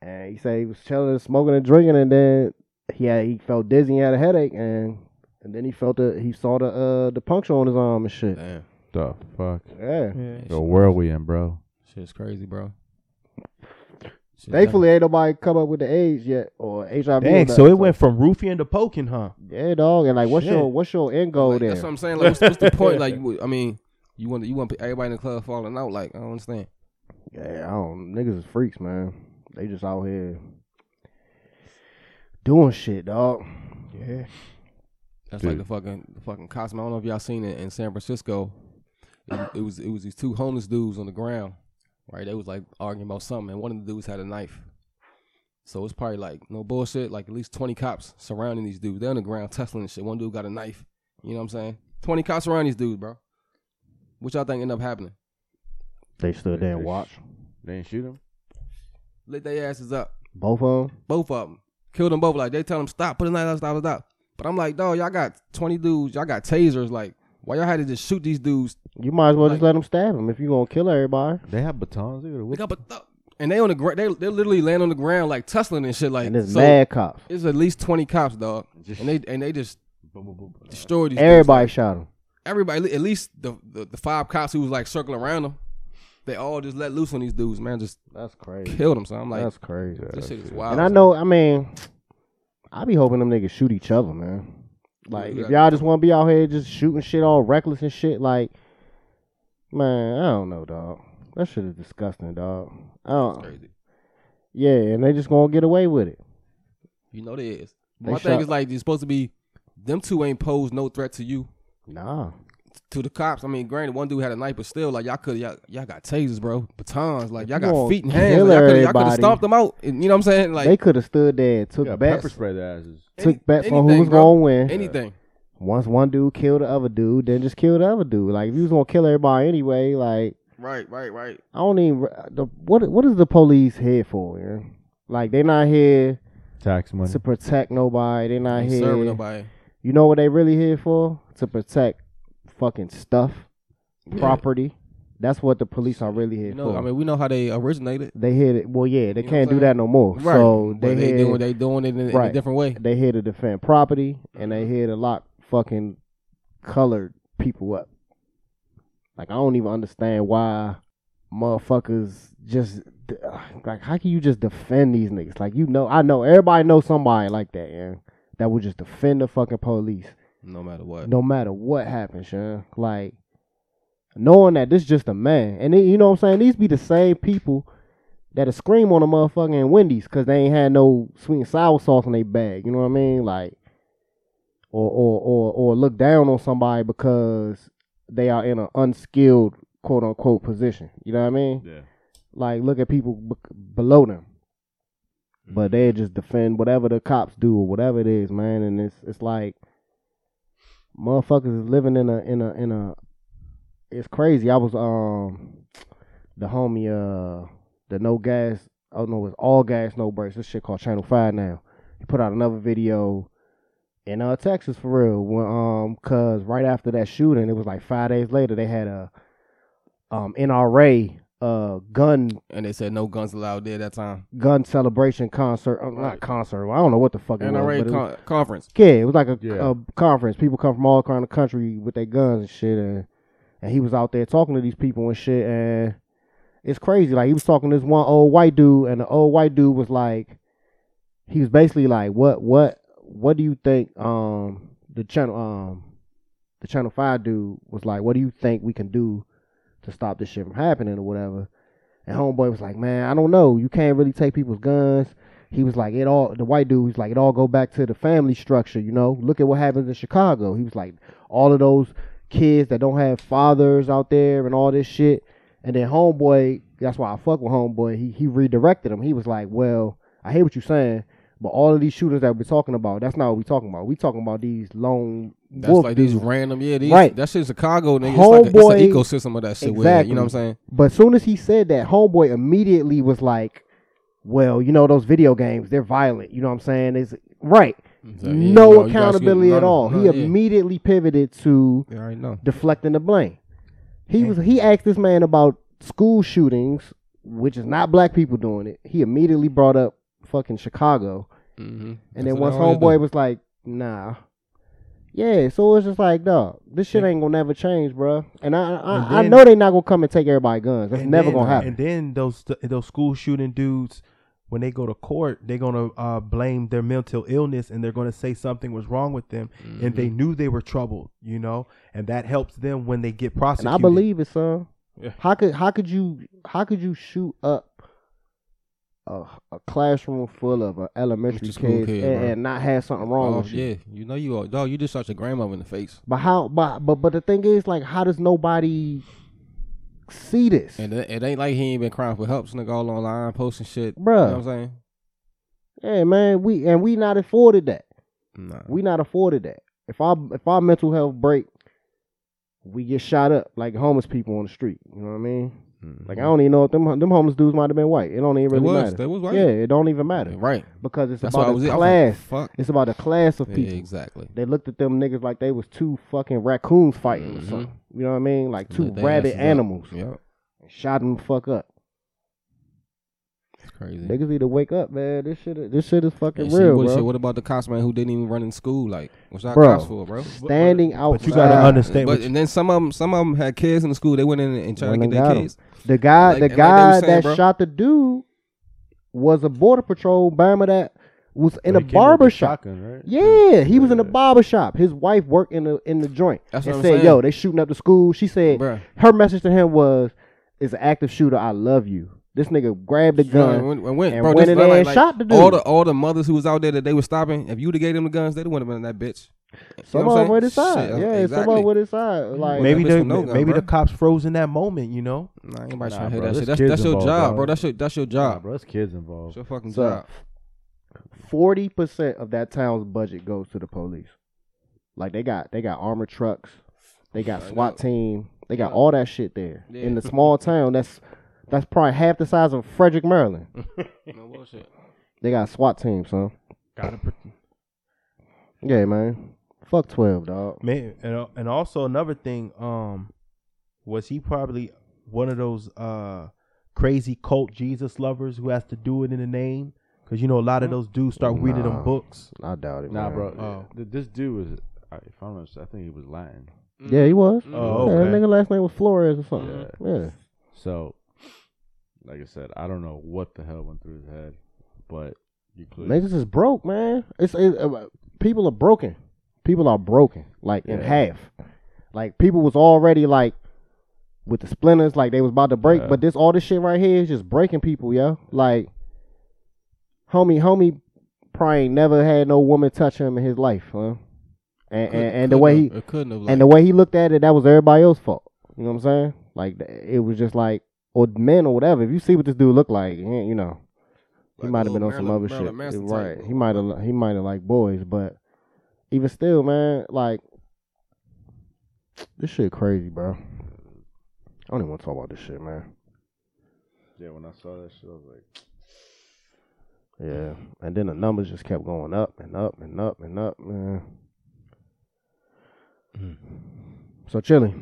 Speaker 6: and he said he was chilling, smoking and drinking, and then he had he felt dizzy, he had a headache, and and then he felt the he saw the uh the puncture on his arm and shit.
Speaker 4: Damn,
Speaker 8: The fuck,
Speaker 6: Yeah.
Speaker 8: the world we in, bro.
Speaker 4: shit's crazy, bro. Shit,
Speaker 6: Thankfully, ain't nobody come up with the AIDS yet or HIV. or
Speaker 3: Dang,
Speaker 6: nothing,
Speaker 3: so it went from roofing to poking, huh?
Speaker 6: Yeah, dog. And like, what's
Speaker 3: Shit.
Speaker 6: your what's your end goal
Speaker 4: like,
Speaker 6: there?
Speaker 4: That's what I'm saying. Like, what's, what's the point? Like, you- I mean, you want you want everybody in the club falling out? Like, I don't understand.
Speaker 6: Yeah, I don't. Niggas is freaks, man. They just out here doing shit, dog. Yeah.
Speaker 4: That's like the fucking the fucking Cosmo. I don't know if y'all seen it in San Francisco. It, it was it was these two homeless dudes on the ground, right? They was like arguing about something, and one of the dudes had a knife. So it's probably like no bullshit, like at least twenty cops surrounding these dudes. They're on the ground tussling and shit. One dude got a knife. You know what I'm saying? Twenty cops surrounding these dudes, bro. What y'all think end up happening?
Speaker 6: They stood there and
Speaker 8: They sh-
Speaker 6: watched
Speaker 8: They didn't shoot him.
Speaker 4: Lit their asses up.
Speaker 6: both of them.
Speaker 4: both of them. Killed them both. Like they tell them stop, put the knife down, stop, stop. But I'm like, dog, y'all got 20 dudes, y'all got tasers. Like, why y'all had to just shoot these dudes?
Speaker 6: You might as well just let them stab him if you gonna kill everybody.
Speaker 8: They have batons. They
Speaker 4: They
Speaker 8: would
Speaker 4: got but th- and they on the ground. They they literally laying on the ground like tussling and shit. Like,
Speaker 6: And it's
Speaker 4: so
Speaker 6: mad cops.
Speaker 4: It's at least 20 cops, dog.
Speaker 8: Just-
Speaker 4: and they and they just destroyed these dudes.
Speaker 6: Everybody shot him.
Speaker 4: Everybody, at least the, the the five cops who was like circling around them, they all just let loose on these dudes. Man, just
Speaker 6: That's crazy.
Speaker 4: killed them. So I'm like,
Speaker 6: That's crazy.
Speaker 4: this shit is wild.
Speaker 6: And I know, I mean, I be hoping them niggas shoot each other, man. Like, if y'all just want to be out here just shooting shit all reckless and shit, like, man, I don't know, dog. That shit is disgusting, dog. I
Speaker 4: It's
Speaker 6: don't,
Speaker 4: crazy.
Speaker 6: yeah, and they just gonna get away with it.
Speaker 4: You know they is.
Speaker 6: They
Speaker 4: My thing
Speaker 6: shot-
Speaker 4: is like you're supposed to be them two ain't posed no threat to you.
Speaker 6: Nah,
Speaker 4: To the cops, I mean, granted, one dude had a knife, but still, like y'all could, y'all, y'all got tasers, bro, batons, like
Speaker 6: If
Speaker 4: y'all
Speaker 6: you
Speaker 4: got
Speaker 6: gonna
Speaker 4: feet and hands,
Speaker 6: kill
Speaker 4: like, y'all coulda- y'all could have
Speaker 6: everybody-
Speaker 4: stomped them out. and- you know what I'm saying? Like
Speaker 6: they could have stood there, and took
Speaker 8: yeah,
Speaker 6: bets,
Speaker 8: pepper spray their asses.
Speaker 4: any-
Speaker 6: took bets on who
Speaker 4: anything,
Speaker 6: was
Speaker 4: bro.
Speaker 6: gonna win.
Speaker 4: anything.
Speaker 6: Once one dude killed the other dude, then just kill the other dude. Like, if you was gonna kill everybody anyway, like,
Speaker 4: Right, right, right.
Speaker 6: I don't even the what what is the police here for? Man? Like they not here
Speaker 8: Tax money.
Speaker 6: to protect nobody. They not
Speaker 4: Ain't
Speaker 6: here.
Speaker 4: serving nobody.
Speaker 6: You know what they really here for? To protect fucking stuff, property. That's what the police are really here
Speaker 4: You know,
Speaker 6: for.
Speaker 4: I mean, we know how they originated.
Speaker 6: they here. To, well, yeah, they
Speaker 4: You know
Speaker 6: can't
Speaker 4: what I'm
Speaker 6: do
Speaker 4: saying?
Speaker 6: that no more.
Speaker 4: Right.
Speaker 6: So
Speaker 4: But
Speaker 6: they
Speaker 4: they
Speaker 6: here,
Speaker 4: doing, they doing it in, a- in a
Speaker 6: Right.
Speaker 4: different way.
Speaker 6: they here to defend property, and they here to lock fucking colored people up. Like I don't even understand why motherfuckers just uh, like how can you just defend these niggas? Like you know, I know everybody knows somebody like that, yeah, that will just defend the fucking police
Speaker 4: No matter what.
Speaker 6: no matter what happens, yeah. Like knowing that this just a man, and then, you know what I'm saying. These be the same people that'll scream on a motherfucking Wendy's because they ain't had no sweet and sour sauce in their bag. You know what I mean? Like, or or or or look down on somebody because they are in an unskilled quote unquote position. You know what I mean?
Speaker 8: Yeah.
Speaker 6: Like look at people b- below them. But they just defend whatever the cops do or whatever it is, man. And it's it's like motherfuckers is living in a in a in a it's crazy. I was um the homie uh the no gas oh no it's all gas no brakes. This shit called Channel Five now. He put out another video in uh Texas for real. When um cause right after that shooting, it was like five days later they had a um NRA uh gun
Speaker 4: And they said no guns allowed there that time.
Speaker 6: gun celebration concert. Uh, not concert. well, I don't know what the fuck it was, but
Speaker 4: NRA
Speaker 6: it was.
Speaker 4: con- conference.
Speaker 6: Yeah, it was like a,
Speaker 8: Yeah.
Speaker 6: a conference. People come from all around the country with their guns and shit, and, and he was out there talking to these people and shit, and it's crazy. Like he was talking to this one old white dude, and the old white dude was like, he was basically like, "What, what, what do you think?" Um, the channel, um, the Channel Five dude was like, "What do you think we can do to stop this shit from happening or whatever?" And homeboy was like, "Man, I don't know. You can't really take people's guns." he was like it all the white dude he's like it all go back to the family structure you know look at what happens in chicago he was like all of those kids that don't have fathers out there and all this shit and then homeboy that's why i fuck with homeboy he, he redirected him he was like well i hear what you're saying but all of these shooters that we're talking about that's not what we're talking about we talking about these lone
Speaker 4: That's
Speaker 6: wolf
Speaker 4: like these
Speaker 6: dudes.
Speaker 4: random, yeah, these,
Speaker 6: Right.
Speaker 4: that shit Chicago, nigga. It's like a,
Speaker 6: Homeboy-
Speaker 4: it's an ecosystem of that shit. Where, you know what I'm saying?
Speaker 6: But as soon as he said that, homeboy immediately was like, "Well, you know those video games, they're violent. You know what I'm saying? It's right.
Speaker 4: So, yeah,
Speaker 6: no
Speaker 4: you know, you gotta
Speaker 6: accountability
Speaker 4: skip-
Speaker 6: at
Speaker 4: no,
Speaker 6: all.
Speaker 4: no,
Speaker 6: he
Speaker 4: yeah.
Speaker 6: immediately pivoted to
Speaker 4: You already know.
Speaker 6: deflecting the blame. He was he asked this man about school shootings, which is not black people doing it. He immediately brought up fucking Chicago.
Speaker 4: Mm-hmm.
Speaker 6: And then once homeboy was like, "Nah." Yeah, so it's just like, dog, this shit ain't gonna never change, bruh. And I, I,
Speaker 3: And
Speaker 6: I
Speaker 3: then-
Speaker 4: uh,
Speaker 6: know they not gonna come and take everybody guns. That's never
Speaker 3: then-
Speaker 6: gonna happen.
Speaker 3: And then those those school shooting dudes when they go to court, they're gonna uh, blame their mental illness and they're gonna say something was wrong with them and they knew they were troubled, you know, and that helps them when they get
Speaker 6: And
Speaker 3: prosecuted.
Speaker 6: I believe it, son.
Speaker 4: Yeah.
Speaker 6: How could how could you how could you shoot up a, a classroom full of uh, elementary
Speaker 4: With
Speaker 6: kids
Speaker 4: your school kid,
Speaker 6: and,
Speaker 4: bro.
Speaker 6: and not have something wrong
Speaker 4: Oh
Speaker 6: with you?
Speaker 4: yeah, you know you are dog. You just shot your grandmother in the face,
Speaker 6: But how? But, but but the thing is, like, how does nobody see this?
Speaker 4: and it, it ain't like he ain't been crying for help. This nigga all online posting shit,
Speaker 6: Bruh.
Speaker 4: You know what I'm saying?
Speaker 6: yeah, man, we and we not afforded that.
Speaker 4: Nah.
Speaker 6: We not afforded that. If our if our mental health break, we get shot up like homeless people on the street. You know what I mean? Like I don't even know if them them homeless dudes might have been white. It don't even
Speaker 4: it
Speaker 6: really
Speaker 4: was.
Speaker 6: matter.
Speaker 4: Mm-hmm. They was right.
Speaker 6: Yeah, it don't even matter
Speaker 4: Right.
Speaker 6: because it's
Speaker 4: That's why I
Speaker 6: about
Speaker 4: was
Speaker 6: a
Speaker 4: it. I was
Speaker 6: class.
Speaker 4: like, fuck.
Speaker 6: it's about a class of
Speaker 4: Yeah,
Speaker 6: people.
Speaker 4: exactly.
Speaker 6: They looked at them niggas like they was two fucking raccoons fighting or
Speaker 4: Mhm.
Speaker 6: something. You know what I mean? Like two
Speaker 4: Lit their
Speaker 6: rabid
Speaker 4: asses up.
Speaker 6: animals.
Speaker 4: Yep.
Speaker 6: Shot them the fuck up.
Speaker 4: It's crazy.
Speaker 6: Niggas need to wake up, man. This shit, this shit is fucking
Speaker 4: And shit,
Speaker 6: real,
Speaker 4: what,
Speaker 6: bro.
Speaker 4: shit, what about the cops man who didn't even run in school? Like, what's that
Speaker 6: Bro.
Speaker 4: cops for, bro?
Speaker 6: Standing out.
Speaker 3: But you gotta understand
Speaker 4: But
Speaker 3: what you,
Speaker 4: and then some of them, some of them had kids in the school. They went in and tried
Speaker 6: Went
Speaker 4: to
Speaker 6: and
Speaker 4: get their
Speaker 6: got 'em.
Speaker 4: kids.
Speaker 6: The guy,
Speaker 4: Like-
Speaker 6: the
Speaker 4: like they
Speaker 6: guy
Speaker 4: was saying,
Speaker 6: that
Speaker 4: bro.
Speaker 6: shot the dude was a border patrol bomber that was in
Speaker 8: But he came
Speaker 6: a
Speaker 8: with
Speaker 6: barber shop.
Speaker 8: shotgun, right?
Speaker 6: Yeah, he was in a
Speaker 8: Yeah.
Speaker 6: barber shop. His wife worked in the in the joint
Speaker 4: That's
Speaker 6: and
Speaker 4: what I'm
Speaker 6: said,
Speaker 4: saying.
Speaker 6: "Yo, they shooting up the school." She said
Speaker 4: Bruh.
Speaker 6: her message to him was, "Is an active shooter. I love you." This nigga grabbed the
Speaker 4: Bro,
Speaker 6: gun.
Speaker 4: went- went-
Speaker 6: and
Speaker 4: bro,
Speaker 6: went
Speaker 4: this
Speaker 6: in
Speaker 4: like-
Speaker 6: there and
Speaker 4: like,
Speaker 6: shot the dude.
Speaker 4: All the all the mothers who was out there that they were stopping. If you'd have gave them the guns, they wouldn't have been in that bitch. You know
Speaker 6: Some
Speaker 4: what I'm
Speaker 6: of them
Speaker 4: saying?
Speaker 6: with his side.
Speaker 4: Shit,
Speaker 6: yeah, some of
Speaker 4: exactly.
Speaker 6: them with his side. Like
Speaker 3: maybe
Speaker 4: bitch
Speaker 3: they,
Speaker 4: with no gun,
Speaker 3: maybe
Speaker 4: bro.
Speaker 3: the cops froze in that moment, you know.
Speaker 4: Nah, ain't nobody
Speaker 8: Nah,
Speaker 4: trying to
Speaker 8: bro,
Speaker 4: hear that
Speaker 8: there's
Speaker 4: shit. That's,
Speaker 8: kids
Speaker 4: that's your
Speaker 8: involved,
Speaker 4: job,
Speaker 8: dog.
Speaker 4: bro. That's your that's your
Speaker 8: Nah,
Speaker 4: job.
Speaker 8: bro, it's kids involved.
Speaker 4: It's your fucking
Speaker 6: So-
Speaker 4: job.
Speaker 6: forty percent of that town's budget goes to the police. Like they got they got armored trucks, they got SWAT team, they got all that shit there
Speaker 4: Yeah.
Speaker 6: in the small town. That's that's probably half the size of Frederick, Maryland.
Speaker 4: No bullshit.
Speaker 6: They got a SWAT team, son.
Speaker 3: Gotta
Speaker 6: Yeah, man. Fuck twelve, dog.
Speaker 3: Man, and, al- and also another thing, um, was he probably one of those uh crazy cult Jesus lovers who has to do it in the name? Because you know a lot of those dudes start reading
Speaker 6: Nah.
Speaker 3: them books.
Speaker 6: I doubt it.
Speaker 8: Nah,
Speaker 6: man.
Speaker 8: bro.
Speaker 3: Oh.
Speaker 8: th- This dude was, I- if I'm not, I think he was Latin.
Speaker 6: Yeah, he was.
Speaker 3: Oh,
Speaker 6: Yeah, that
Speaker 3: okay.
Speaker 6: nigga last name was Flores or something. Yeah.
Speaker 8: So, like I said, I don't know what the hell went through his head, but you clearly
Speaker 6: Niggas is broke, man. It's it, uh, people are broken. People are broken, like in
Speaker 8: Yeah.
Speaker 6: half. Like people was already like with the splinters, like they was about to break.
Speaker 8: Yeah.
Speaker 6: But this all this shit right here is just breaking people, yo. Like, homie, homie, probably ain't never had no woman touch him in his life, huh? And and, and the way he
Speaker 4: it couldn't have like,
Speaker 6: and the way he looked at it, that was everybody else's fault. You know what I'm saying? Like th- it was just like or men or whatever. If you see what this dude looked like, eh, you know, he
Speaker 4: Like
Speaker 6: might have been on
Speaker 4: little
Speaker 6: some
Speaker 4: Marilyn-
Speaker 6: other
Speaker 4: Marilyn
Speaker 6: shit,
Speaker 4: Manson
Speaker 6: right?
Speaker 4: type,
Speaker 6: He might have he might have liked boys, but even still, man, like this shit crazy, bro. I don't even want to talk about this shit, man.
Speaker 8: Yeah, when I saw that shit, I was like,
Speaker 6: Yeah,
Speaker 3: Mm-hmm.
Speaker 6: and then the numbers just kept going up and up and up and up, man.
Speaker 3: Mm-hmm.
Speaker 6: So Chili,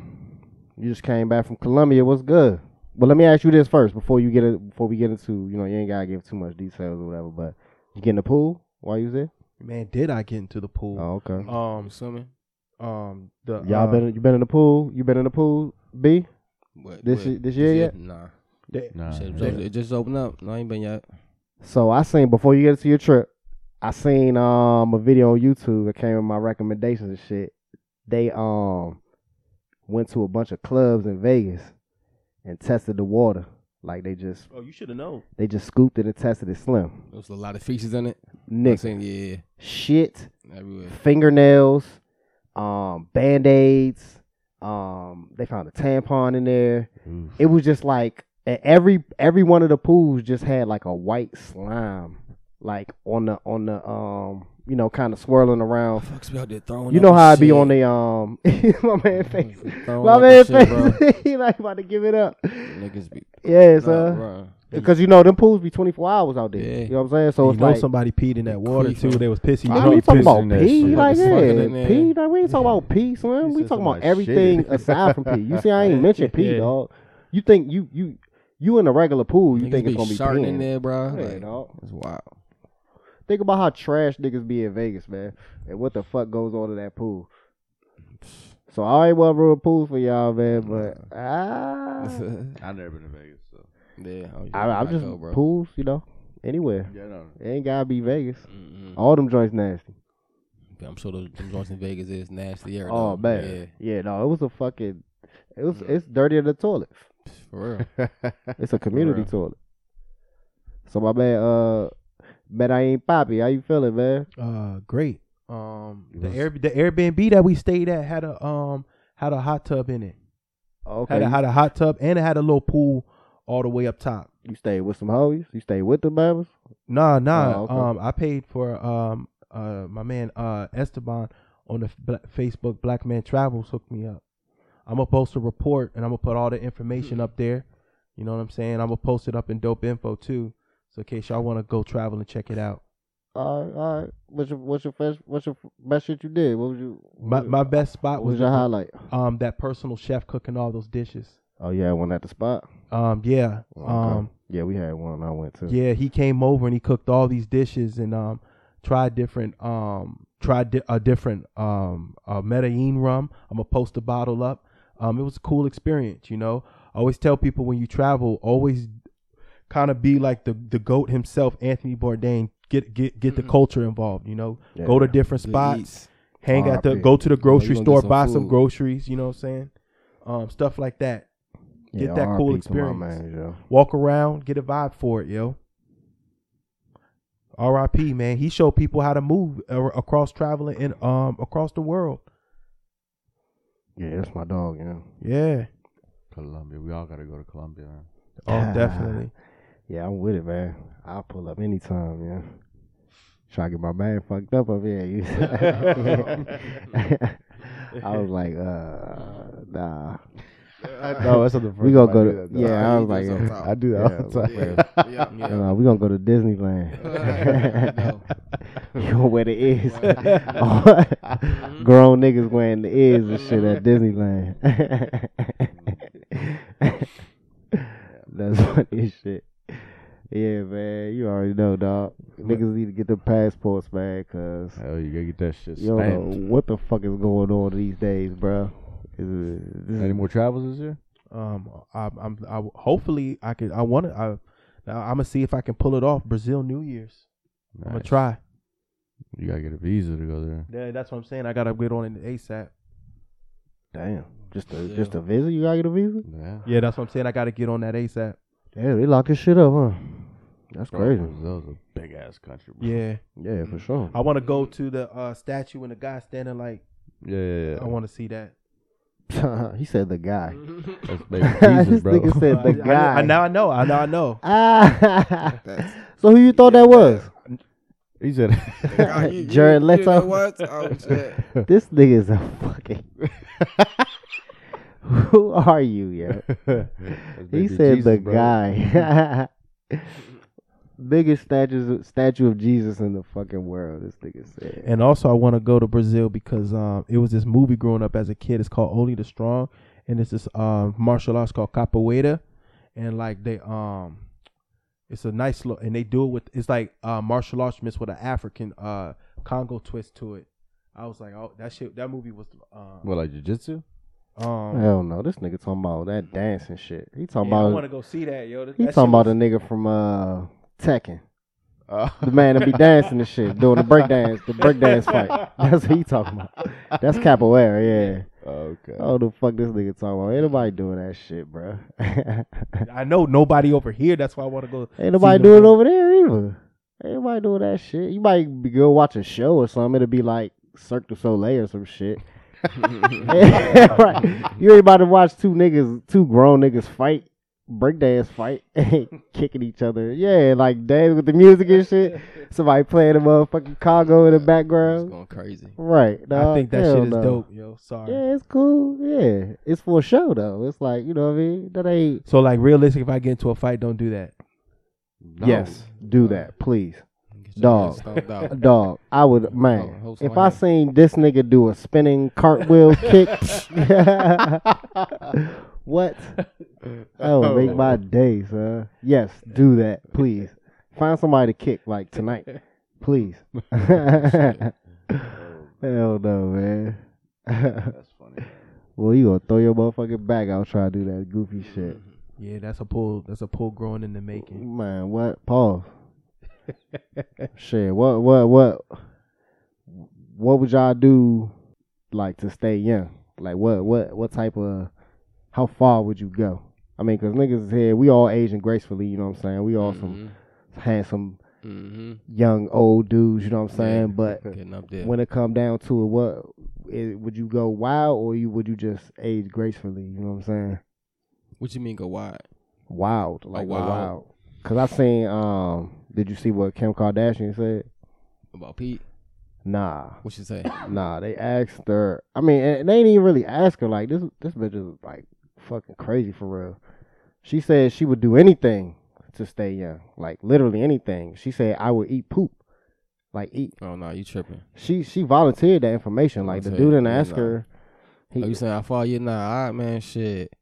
Speaker 6: you just came back from Colombia. What's good? But let me ask you this first before you get it. Before we get into, you know, you ain't gotta give too much details or whatever. But you get in the pool while you was there?
Speaker 3: Man, did I get into the pool?
Speaker 6: Oh, okay.
Speaker 3: Um,
Speaker 4: swimming.
Speaker 3: um, the uh,
Speaker 6: Y'all been you been in the pool? You been in the pool? B
Speaker 4: What,
Speaker 6: this
Speaker 4: what-
Speaker 6: ye- this year yet?
Speaker 4: Nah.
Speaker 3: they-
Speaker 8: nah.
Speaker 4: Shit, it just- it just opened up. No, I ain't been yet.
Speaker 6: So I seen before you get to your trip, I seen um a video on YouTube that came in my recommendations and shit. They um went to a bunch of clubs in Vegas and tested the water. Like they just
Speaker 3: Oh, you should have known.
Speaker 6: they just scooped it and tested it slim.
Speaker 4: There was a lot of features in it. I'm
Speaker 6: Nick
Speaker 4: saying, yeah,
Speaker 6: shit,
Speaker 4: yeah, everywhere.
Speaker 6: fingernails, um, band aids, um, they found a tampon in there.
Speaker 8: Oof.
Speaker 6: it was just like and every every one of the pools just had like a white slime like on the on the um you know kind of swirling around
Speaker 4: Fucks about there throwing.
Speaker 6: you know how i be on the um my man face
Speaker 4: Throwing
Speaker 6: my
Speaker 4: up
Speaker 6: man
Speaker 4: and shit, bro.
Speaker 6: face he like about to give it up
Speaker 4: niggas be
Speaker 6: yeah
Speaker 4: nah,
Speaker 6: sir
Speaker 4: bruh.
Speaker 6: because you know them pools be 24 hours out there
Speaker 4: Yeah.
Speaker 6: you know what i'm saying so
Speaker 3: you
Speaker 6: it's
Speaker 3: know
Speaker 6: like
Speaker 3: somebody peed in that water
Speaker 4: Creep.
Speaker 3: too. They was pissy. You
Speaker 6: I
Speaker 3: know
Speaker 6: ain't
Speaker 3: he
Speaker 6: talking
Speaker 3: pissed
Speaker 6: about
Speaker 8: in that
Speaker 6: pee,
Speaker 8: shit.
Speaker 6: like
Speaker 4: Just fucking in
Speaker 6: yeah,
Speaker 4: there.
Speaker 6: pee. Like we ain't talking about pee, son.
Speaker 8: You
Speaker 6: We
Speaker 8: said
Speaker 6: talking about
Speaker 8: somebody
Speaker 6: everything
Speaker 8: shitted.
Speaker 6: aside from pee. You see, I ain't mentioned pee,
Speaker 3: Yeah.
Speaker 6: dog. You think you you you in a regular pool? You
Speaker 4: Niggas
Speaker 6: think
Speaker 4: be
Speaker 6: it's gonna be
Speaker 4: sharting
Speaker 6: peeing
Speaker 4: in there, bro.
Speaker 6: Yeah,
Speaker 4: like,
Speaker 6: dog.
Speaker 4: It's wild.
Speaker 6: Think about how trash niggas be in Vegas, man. And what the fuck goes on in that pool. So I ain't want to ruin pool for y'all, man, but ah,
Speaker 4: yeah,
Speaker 8: Mm. I've never been to Vegas, so
Speaker 4: I was
Speaker 6: I, I'm
Speaker 4: back
Speaker 6: just
Speaker 4: though, bro.
Speaker 6: pools, you know. anywhere.
Speaker 8: Yeah, no.
Speaker 6: It ain't gotta be Vegas.
Speaker 4: Mm-mm.
Speaker 6: All them joints nasty.
Speaker 4: I'm sure those them joints in Vegas is nasty. air,
Speaker 6: Oh
Speaker 4: dog.
Speaker 6: man,
Speaker 4: Yeah,
Speaker 6: yeah. no, it was a fucking, it was it's dirtier than toilet.
Speaker 4: for real.
Speaker 6: It's a community
Speaker 8: real.
Speaker 6: toilet. So my man, uh, man, I ain't poppy. How you feeling, man?
Speaker 3: Uh, great. Um,
Speaker 8: It
Speaker 3: the
Speaker 8: was-
Speaker 3: Air the Airbnb that we stayed at had a um had a hot tub in it.
Speaker 6: Okay,
Speaker 3: Had a,
Speaker 6: you-
Speaker 3: had a hot tub and it had a little pool all the way up top.
Speaker 6: you stayed with some hoes. You stayed with the babas.
Speaker 3: Nah, nah.
Speaker 6: Oh, okay.
Speaker 3: Um, I paid for um uh my man uh Esteban on the f- Bla- Facebook Black Man Travels hooked me up. I'm gonna post a report and I'm gonna put all the
Speaker 6: Hmm.
Speaker 3: information up there. You know what I'm saying? I'm gonna post it up in Dope Info too, so in case y'all wanna go travel and check it out.
Speaker 6: All right, all right. What's your what's your best what's your best shit you did? What was you?
Speaker 3: My my best spot
Speaker 6: what was
Speaker 3: was
Speaker 6: your highlight?
Speaker 3: um that personal chef cooking all those dishes.
Speaker 6: Oh yeah, one at the spot.
Speaker 3: Um yeah.
Speaker 6: Okay.
Speaker 3: Um
Speaker 6: yeah, we had one. I went to.
Speaker 3: yeah, he came over and he cooked all these dishes and um tried different um tried di- a different um uh, Medellin rum. I'm gonna post the bottle up. Um it was a cool experience, you know. I always tell people when you travel, always kind of be like the the goat himself, Anthony Bourdain. Get get get the culture involved, you know. Go to different
Speaker 4: Good
Speaker 3: spots
Speaker 4: eats.
Speaker 3: hang
Speaker 6: Oh, I
Speaker 3: out the
Speaker 6: bet.
Speaker 3: go to the grocery
Speaker 4: gonna
Speaker 3: store
Speaker 4: get some
Speaker 3: buy some
Speaker 4: food.
Speaker 3: groceries you know what i'm saying um stuff like that
Speaker 6: Yeah,
Speaker 3: get that
Speaker 6: RIP
Speaker 3: cool
Speaker 6: to my
Speaker 3: experience
Speaker 6: man, yo.
Speaker 3: walk around get a vibe for it yo rip man he showed people how to move a- across traveling and um across the world
Speaker 6: Yeah, that's my dog. Yeah.
Speaker 3: yeah
Speaker 8: Colombia. We all gotta go to Colombia, man.
Speaker 3: oh definitely
Speaker 6: Yeah, I'm with it, man. I'll pull up anytime, yeah. Try to get my man fucked up up here. You I was like, uh, nah.
Speaker 8: no, that's not the first.
Speaker 6: we gonna
Speaker 8: time I
Speaker 6: go
Speaker 8: do
Speaker 6: to
Speaker 8: that, though.
Speaker 6: yeah. I was
Speaker 8: do
Speaker 6: like,
Speaker 8: that
Speaker 6: uh,
Speaker 8: sometimes. I do that all the
Speaker 6: yeah,
Speaker 8: time.
Speaker 6: uh, we gonna go to Disneyland.
Speaker 4: No.
Speaker 6: you gonna wear the ears?
Speaker 8: Mm-hmm.
Speaker 6: Grown niggas wearing the ears and shit at Disneyland.
Speaker 8: Mm-hmm.
Speaker 6: That's funny as shit. Yeah, man, you already know, dog. Niggas need to get their passports, man, cause
Speaker 8: Hell, you gotta get that shit
Speaker 6: you don't know
Speaker 8: stamped.
Speaker 6: what the fuck is going on these days, bro. Is it- this is-
Speaker 8: Any more travels this year?
Speaker 3: um I, i'm i hopefully i could i want to i now i'm gonna see if i can pull it off brazil new year's i'm gonna
Speaker 8: Nice.
Speaker 3: try
Speaker 8: You gotta get a visa to go there.
Speaker 3: yeah that's what i'm saying i gotta get on it asap
Speaker 6: Damn, just a just a visa? You gotta get a visa?
Speaker 8: Yeah.
Speaker 3: yeah that's what i'm saying i gotta get on that asap
Speaker 6: Damn, they locking shit up, huh? That's crazy.
Speaker 8: Brazil's a big ass country. Bro.
Speaker 3: yeah
Speaker 6: Yeah, for sure.
Speaker 3: I want to go to the uh, statue and the guy standing like
Speaker 8: Yeah, yeah,
Speaker 3: I
Speaker 8: yeah.
Speaker 3: want to see that.
Speaker 6: he said the guy.
Speaker 8: That's baby Jesus,
Speaker 6: this
Speaker 8: bro.
Speaker 6: nigga said
Speaker 3: I-
Speaker 6: the guy.
Speaker 3: I, I, now I know. I now I know.
Speaker 6: Ah, so who you thought that was?
Speaker 8: he said,
Speaker 6: Jared Leto.
Speaker 9: oh, You know what? Oh, shit.
Speaker 6: This nigga is a fucking. who are you, yo?
Speaker 8: That's
Speaker 6: He
Speaker 8: baby
Speaker 6: said
Speaker 8: Jesus,
Speaker 6: the
Speaker 8: bro.
Speaker 6: guy. Biggest statues, statue of Jesus in the fucking world. This nigga said.
Speaker 3: And also, I want to go to Brazil because um, it was this movie growing up as a kid. It's called Only the Strong, and it's this um, martial arts called capoeira, and like they um, it's a nice look, and they do it with it's like uh, martial arts mixed with an African uh Congo twist to it. I was like, oh, that shit. That movie was um,
Speaker 8: What, like jujitsu?
Speaker 3: um
Speaker 6: Hell no, this nigga talking about that dancing shit. He talking
Speaker 3: yeah, I want
Speaker 6: about
Speaker 3: to go see that, yo. That,
Speaker 6: he
Speaker 3: that
Speaker 6: talking
Speaker 3: shit Oh.
Speaker 6: about the nigga from uh Tekken. the man that be dancing and shit, doing the breakdance, the breakdance fight. That's what he talking about. That's capoeira,
Speaker 8: Okay.
Speaker 6: yeah. Oh the fuck this nigga talking about. Ain't nobody doing that shit, bro.
Speaker 3: was- I know nobody over here. That's why I want to go.
Speaker 6: Ain't nobody
Speaker 3: See,
Speaker 6: doing it
Speaker 3: no-
Speaker 6: over there either. Ain't nobody doing that shit. You might be go watch a show or something. It'll be like Cirque du Soleil or some shit. right. You ain't about to watch two niggas, two grown niggas fight, breakdance fight, kicking each other. Yeah, like dance with the music and shit. Somebody playing a motherfucking Congo in the
Speaker 4: It's
Speaker 6: background.
Speaker 4: going crazy.
Speaker 6: Right.
Speaker 3: I
Speaker 6: dawg.
Speaker 3: think that
Speaker 6: Hell
Speaker 3: shit is
Speaker 6: no.
Speaker 3: dope, yo. Sorry.
Speaker 6: Yeah, it's cool. Yeah. It's for a show though. It's like, you know what I mean? That ain't
Speaker 3: So like realistic, if I get into a fight, don't do that.
Speaker 8: No.
Speaker 6: Yes. Do that, please.
Speaker 4: Get your
Speaker 6: Dog.
Speaker 4: ass stomped out.
Speaker 6: Dog, I would
Speaker 4: Hold on,
Speaker 6: man.
Speaker 4: hold
Speaker 6: If
Speaker 4: on.
Speaker 6: I seen this nigga do a spinning cartwheel kick, what? That would
Speaker 4: Oh.
Speaker 6: make my day, son. Yes, do that, please. Find somebody to kick like tonight, please. Hell no, man.
Speaker 8: That's funny.
Speaker 6: well, you gonna throw your motherfucking back out trying to do that goofy shit,
Speaker 3: Yeah, that's a pull. That's a pull growing in the making.
Speaker 6: man? What? Pause. Shit, what what what what would y'all do like to stay young? Like what what what type of how far would you go? I mean, cause niggas is here. We all aging gracefully. You know what I'm saying? We all some handsome
Speaker 4: Mm-hmm.
Speaker 6: young old dudes. You know what I'm saying?
Speaker 4: Yeah.
Speaker 6: But
Speaker 4: Getting up there.
Speaker 6: when it come down to it, what it, would you go wild or you would you just age gracefully? You know what I'm saying?
Speaker 4: what you mean go wide?
Speaker 6: Wild, like go
Speaker 4: Oh, wild.
Speaker 6: wild. Cause I seen. Um, did you see what Kim Kardashian said?
Speaker 4: About Pete?
Speaker 6: Nah,
Speaker 4: What you say?
Speaker 6: Nah, they asked her. I mean, and they didn't even really ask her. Like this, this bitch is like fucking crazy for real. She said she would do anything to stay young, like literally anything. She said I would eat poop, like eat.
Speaker 4: oh no, you tripping.
Speaker 6: She she volunteered that information. Like the dude didn't ask her. He,
Speaker 4: Are Oh, you saying I follow you? Nah, all right, man, shit.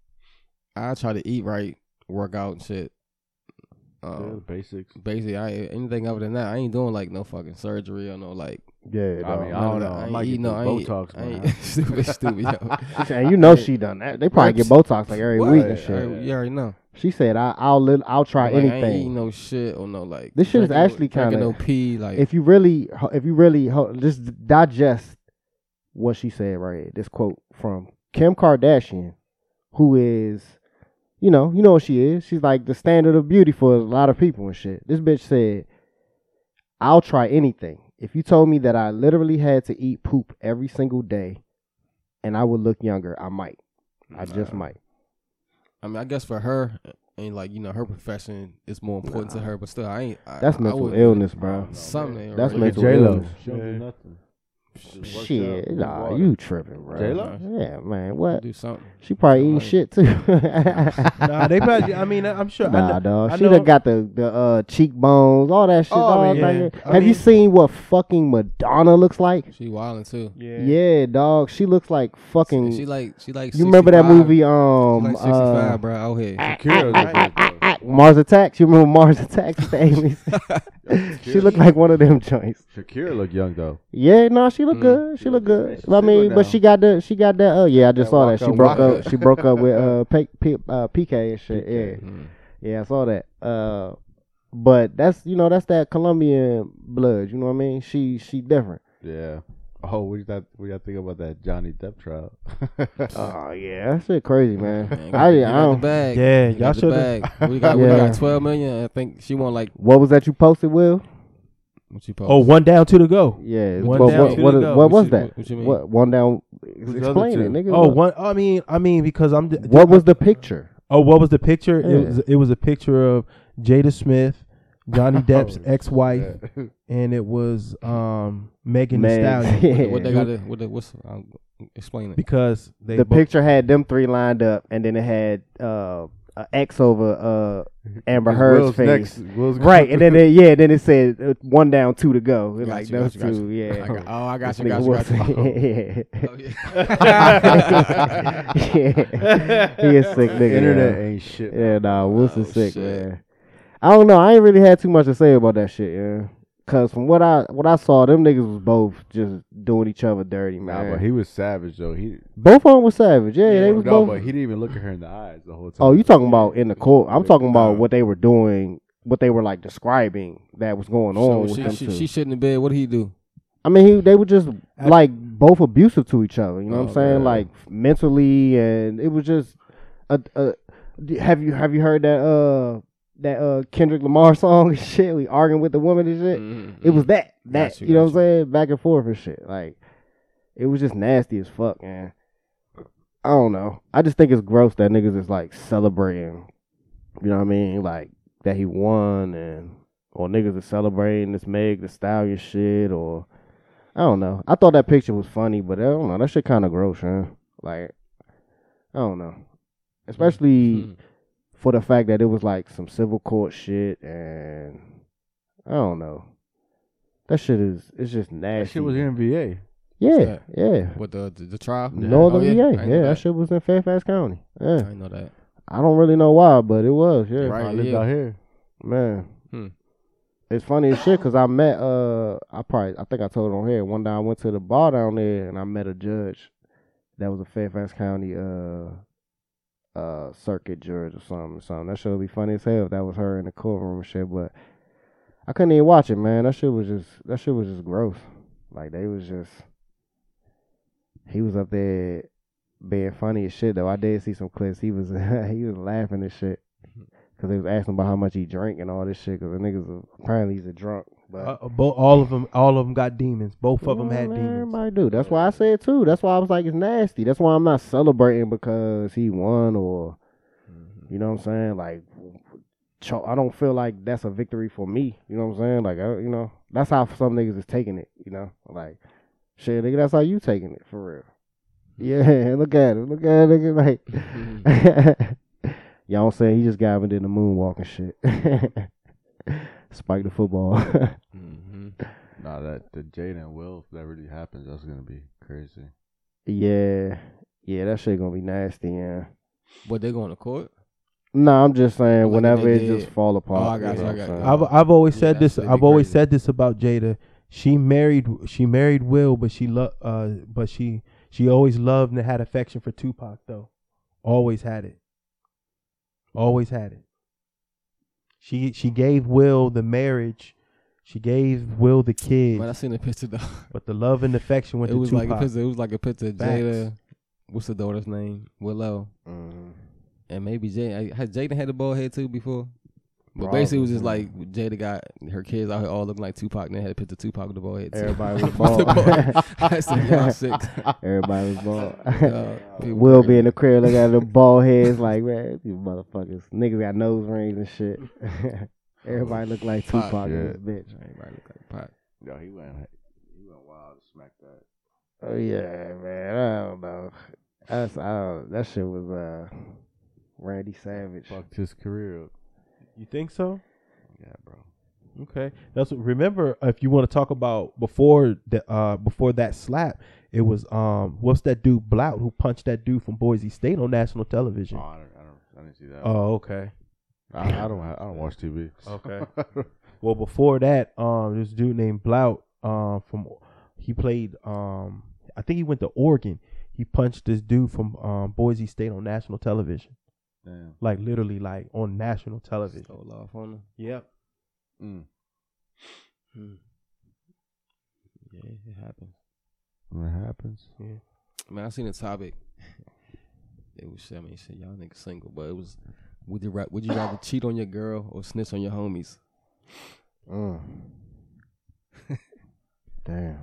Speaker 4: I try to eat right, work out and shit.
Speaker 8: Yeah, the
Speaker 4: Um,
Speaker 8: basics.
Speaker 4: Basically, I anything other than that, I ain't doing like no fucking surgery or no like.
Speaker 6: yeah,
Speaker 8: I mean,
Speaker 6: dog.
Speaker 8: I
Speaker 4: no,
Speaker 8: don't
Speaker 4: no,
Speaker 8: know.
Speaker 4: I
Speaker 8: I,
Speaker 4: ain't
Speaker 8: might
Speaker 4: eat
Speaker 8: get
Speaker 4: no. I
Speaker 8: this
Speaker 4: ain't,
Speaker 8: Botox,
Speaker 4: I
Speaker 8: man.
Speaker 4: ain't stupid, stupid. Yo.
Speaker 6: and you know she done that. They probably get
Speaker 4: Whoops.
Speaker 6: Botox like every week and
Speaker 4: Right,
Speaker 6: shit.
Speaker 4: right, You already know.
Speaker 6: She said I I'll lit I'll try
Speaker 4: Like, I ain't
Speaker 6: anything.
Speaker 4: eating no shit or no like.
Speaker 6: This shit is
Speaker 4: drinking no-
Speaker 6: actually
Speaker 4: drinking
Speaker 6: kinda-
Speaker 4: no pee. Like
Speaker 6: if you really if you really just digest what she said right here this quote from kim kardashian who is you know you know what she is she's like the standard of beauty for a lot of people and shit this bitch said i'll try anything if you told me that i literally had to eat poop every single day and i would look younger i might i just might
Speaker 4: I mean, I guess for her uh, and like you know her profession is more important to her, but still, I ain't. I,
Speaker 6: that's
Speaker 4: I
Speaker 6: mental
Speaker 4: would-
Speaker 6: illness bro
Speaker 4: Something. ain't
Speaker 6: That's
Speaker 4: right.
Speaker 6: mental
Speaker 3: J-Lo.
Speaker 6: illness
Speaker 8: She don't do nothing. She works out,
Speaker 6: shit
Speaker 8: drink
Speaker 6: nah
Speaker 8: water.
Speaker 6: you tripping bro
Speaker 8: J-Lo?
Speaker 6: yeah man what
Speaker 4: Do something.
Speaker 6: She probably eating
Speaker 4: Like-
Speaker 6: shit too.
Speaker 3: nah, they probably. I mean, I'm sure. I
Speaker 6: Nah,
Speaker 3: know,
Speaker 6: dog.
Speaker 3: I
Speaker 6: she
Speaker 3: know-
Speaker 6: done got the the uh, cheekbones, all that shit.
Speaker 3: Oh, I
Speaker 6: dog.
Speaker 3: mean,
Speaker 6: Like,
Speaker 3: yeah. I
Speaker 6: have you
Speaker 3: mean-
Speaker 6: seen what fucking Madonna looks like?
Speaker 4: She wilding too.
Speaker 6: Yeah, dog. She looks like fucking.
Speaker 4: And She like. She like.
Speaker 6: you remember that
Speaker 4: 65.
Speaker 6: movie?
Speaker 4: She
Speaker 6: Um,
Speaker 4: like sixty five,
Speaker 6: uh,
Speaker 4: bro. Out here.
Speaker 8: Shakira's like that, though.
Speaker 6: Mars Attacks. You remember Mars Attacks? with the aliens? she looked like one of them joints.
Speaker 8: Shakira look young though.
Speaker 6: Yeah, no, she look
Speaker 4: Mm.
Speaker 6: good. She look good.
Speaker 8: She
Speaker 6: I mean,
Speaker 8: look
Speaker 6: but
Speaker 8: now.
Speaker 6: she got the she got that. Oh yeah, I
Speaker 8: That
Speaker 6: just saw that.
Speaker 8: Waka
Speaker 6: She broke
Speaker 8: Waka.
Speaker 6: up. hmm. She broke up with uh, P- P- uh PK and shit. Yeah.
Speaker 4: Mm.
Speaker 6: Yeah, I saw that. Uh, but that's you know that's that Colombian blood. You know what I mean? She she different.
Speaker 8: Yeah. Oh, what you thought? What you think about that Johnny Depp trial?
Speaker 6: Oh yeah, that shit crazy, man.
Speaker 4: Man,
Speaker 6: I,
Speaker 4: get
Speaker 6: I
Speaker 4: out the
Speaker 6: don't.
Speaker 4: bag.
Speaker 3: Yeah,
Speaker 4: Get
Speaker 3: y'all
Speaker 4: out the
Speaker 3: should.
Speaker 4: bag. We got we
Speaker 6: Yeah.
Speaker 4: got twelve million. I think she won like
Speaker 6: What was that you posted, Will?
Speaker 4: what you post.
Speaker 3: Oh, one down, two to go.
Speaker 6: Yeah.
Speaker 3: One
Speaker 6: but
Speaker 3: down,
Speaker 6: what
Speaker 3: two
Speaker 6: what,
Speaker 3: to
Speaker 6: what,
Speaker 3: go.
Speaker 4: What
Speaker 6: was
Speaker 4: you-
Speaker 6: that?
Speaker 4: what you mean?
Speaker 6: What one down?
Speaker 8: the other
Speaker 6: Explain it,
Speaker 8: two?
Speaker 6: nigga.
Speaker 3: Oh,
Speaker 6: what,
Speaker 3: one. I mean, I mean, because I'm.
Speaker 6: what was the picture?
Speaker 3: Oh, what was the picture?
Speaker 6: Yeah.
Speaker 3: It was. It was a picture of Jada Smith, Johnny
Speaker 6: Oh,
Speaker 3: Depp's ex-wife, and it was um Megan Thee
Speaker 6: Man,
Speaker 3: Stallion
Speaker 6: yeah.
Speaker 4: What they got? to- What they, what's? I'll explain it.
Speaker 3: because they
Speaker 6: the
Speaker 3: bo-
Speaker 6: picture had them three lined up, and then it had uh, a X over uh, Amber Heard's
Speaker 8: Will's next.
Speaker 6: face.
Speaker 8: Will's
Speaker 6: Right, and then it, yeah, then it said uh, one down, two to go. It's like
Speaker 4: you, got
Speaker 6: those
Speaker 4: you, got
Speaker 6: two,
Speaker 4: you.
Speaker 6: yeah.
Speaker 4: I got- oh, I got
Speaker 6: This
Speaker 4: you. Got
Speaker 6: nigga
Speaker 4: you. Got you.
Speaker 6: Wilson, yeah.
Speaker 4: Oh, yeah.
Speaker 6: yeah, he a sick nigga.
Speaker 8: Internet ain't shit.
Speaker 6: Yeah, yeah nah, Wilson
Speaker 4: Oh,
Speaker 6: sick
Speaker 4: shit.
Speaker 6: man. I don't know. I ain't really had too much to say about that shit, yeah. Cause from what I what I saw, them niggas was both just doing each other dirty,
Speaker 8: Nah,
Speaker 6: man.
Speaker 8: but he was savage though. He
Speaker 6: both of them was savage. Yeah, they was
Speaker 8: no,
Speaker 6: both.
Speaker 8: but he didn't even look at her in the eyes the whole time.
Speaker 6: oh, you talking about in the court? I'm talking about
Speaker 8: Nah.
Speaker 6: what they were doing, what they were like describing that was going on
Speaker 4: So
Speaker 6: with them
Speaker 4: she,
Speaker 6: two.
Speaker 4: she, she shouldn't have been. What did he do?
Speaker 6: I mean, he, they were just like both abusive to each other. You know what I'm
Speaker 4: Oh,
Speaker 6: saying?
Speaker 4: man.
Speaker 6: Like mentally, and it was just a, a. d- Have you have you heard that uh that uh Kendrick Lamar song and shit? We arguing with the woman and shit. It was that that
Speaker 4: Gotcha,
Speaker 6: Mm-hmm. you know what I'm
Speaker 4: gotcha.
Speaker 6: saying? Back and forth and shit. Like it was just nasty as fuck, man. I don't know. I just think it's gross that niggas is like celebrating. You know what I mean? Like that he won and or niggas is celebrating this Meg the Stallion shit or I don't know. I thought that picture was funny, but I don't know. That shit kind of gross, man. Like I don't know. Especially for the fact that it was like some civil court shit and I don't know. That shit is it's just nasty.
Speaker 8: That shit was here in VA.
Speaker 6: Yeah,
Speaker 4: that?
Speaker 6: yeah.
Speaker 4: What the the, the trial?
Speaker 6: Northern
Speaker 4: Oh, yeah. I
Speaker 6: VA.
Speaker 4: didn't know
Speaker 6: Yeah, that
Speaker 4: that.
Speaker 6: shit was in Fairfax County.
Speaker 4: I
Speaker 6: Yeah.
Speaker 4: didn't know that.
Speaker 6: I don't really know why, but it was, yeah.
Speaker 4: Right,
Speaker 8: I lived
Speaker 4: yeah.
Speaker 8: out here.
Speaker 6: Man.
Speaker 4: Hmm.
Speaker 6: It's funny as shit because I met uh I probably I think I told it on here. One day I went to the bar down there and I met a judge that was a Fairfax County uh uh circuit judge or something something. That should be funny as hell if that was her in the courtroom and shit, but I couldn't even watch it, man. That shit was just that shit was just gross. Like they was just he was up there being funny as shit though. I did see some clips. He was he was laughing and shit because they was asking about how much he drank and all this shit. Because the niggas was, apparently he's a drunk. But
Speaker 3: Uh, both all of them, all of them got demons. Both of them
Speaker 6: Yeah,
Speaker 3: had
Speaker 6: man,
Speaker 3: demons.
Speaker 6: Everybody do. That's why I said too. That's why I was like, it's nasty. That's why I'm not celebrating because he won or,
Speaker 3: Mm-hmm.
Speaker 6: you know what I'm saying. Like, cho- I don't feel like that's a victory for me. You know what I'm saying. Like, I, you know, that's how some niggas is taking it. You know, like, shit, nigga, that's how you taking it for real.
Speaker 3: Mm-hmm.
Speaker 6: Yeah, look at it. Look at it, nigga. Like, y'all don't say he just got up and did the moonwalk and shit. Spike the football.
Speaker 8: Mm-hmm. Nah, that the Jada and Will, if that really happens, that's gonna be crazy.
Speaker 6: Yeah, yeah, that shit gonna be nasty. Yeah.
Speaker 4: But they going to court.
Speaker 6: No, I'm just saying
Speaker 4: Like
Speaker 6: whenever
Speaker 4: they
Speaker 6: it
Speaker 4: did-
Speaker 6: just fall apart.
Speaker 4: Oh, I got you,
Speaker 6: know
Speaker 4: I
Speaker 6: what
Speaker 4: got
Speaker 6: I'm
Speaker 4: you.
Speaker 6: saying?
Speaker 3: I've I've always
Speaker 4: Yeah,
Speaker 3: said
Speaker 4: that
Speaker 3: this.
Speaker 4: shit be
Speaker 3: I've always
Speaker 4: crazy.
Speaker 3: said this about Jada. She married she married Will, but she loved uh, but she she always loved and had affection for Tupac though. Always had it. Always had it. She she gave Will the marriage. She gave Will the kids,
Speaker 4: Man, I seen the picture though.
Speaker 3: but the love and affection went
Speaker 4: It
Speaker 3: to
Speaker 4: was
Speaker 3: Tupac.
Speaker 4: like a picture. It was like a picture. Of
Speaker 3: Facts.
Speaker 4: Jada, what's the daughter's name? Willow, Mm-hmm.
Speaker 6: Mhm.
Speaker 4: and maybe Jada. Has Jada had the bald head too before? But
Speaker 6: Probably,
Speaker 4: basically, it was just
Speaker 6: yeah.
Speaker 4: like Jada got her kids out here all looking like Tupac, and they had a picture of Tupac with the bald head. Too.
Speaker 6: Everybody was
Speaker 4: With the
Speaker 6: bald.
Speaker 4: I said, y'all sick.
Speaker 6: Everybody was bald.
Speaker 4: Uh, people
Speaker 6: Will be
Speaker 4: crazy.
Speaker 6: in the crib looking at the bald heads like, man, these motherfuckers, niggas got nose rings and shit. Everybody look like
Speaker 4: Fuck,
Speaker 6: Tupac in
Speaker 8: yeah.
Speaker 6: this bitch.
Speaker 4: Everybody look like Pac.
Speaker 8: Yo, he went he went wild, smacked that.
Speaker 6: Oh yeah, man. I don't know. That's I don't, that shit was uh Randy Savage.
Speaker 8: Fucked his career up.
Speaker 3: you think so?
Speaker 8: Yeah, bro.
Speaker 3: Okay, that's what, remember if you want to talk about before the uh before that slap, it was um what's that dude Blout who punched that dude from Boise State on national television.
Speaker 8: Oh, I don't, I don't, I didn't see that.
Speaker 3: Oh, okay,
Speaker 8: I, I don't, ha- I don't watch TV.
Speaker 4: Oh,
Speaker 3: okay. well, before that, um, this dude named Blout, um, from he played um I think he went to Oregon. He punched this dude from um Boise State on national television,
Speaker 8: Damn.
Speaker 3: like literally like on national television.
Speaker 4: Stole off on him.
Speaker 3: Yep.
Speaker 8: Mm.
Speaker 4: Hmm. Yeah, it happened.
Speaker 8: What happens?
Speaker 4: Man, I seen a topic. It was, I mean, shit, y'all niggas single, but it was, would you ra- would you rather cheat on your girl or snitch on your homies?
Speaker 6: Mm. Damn.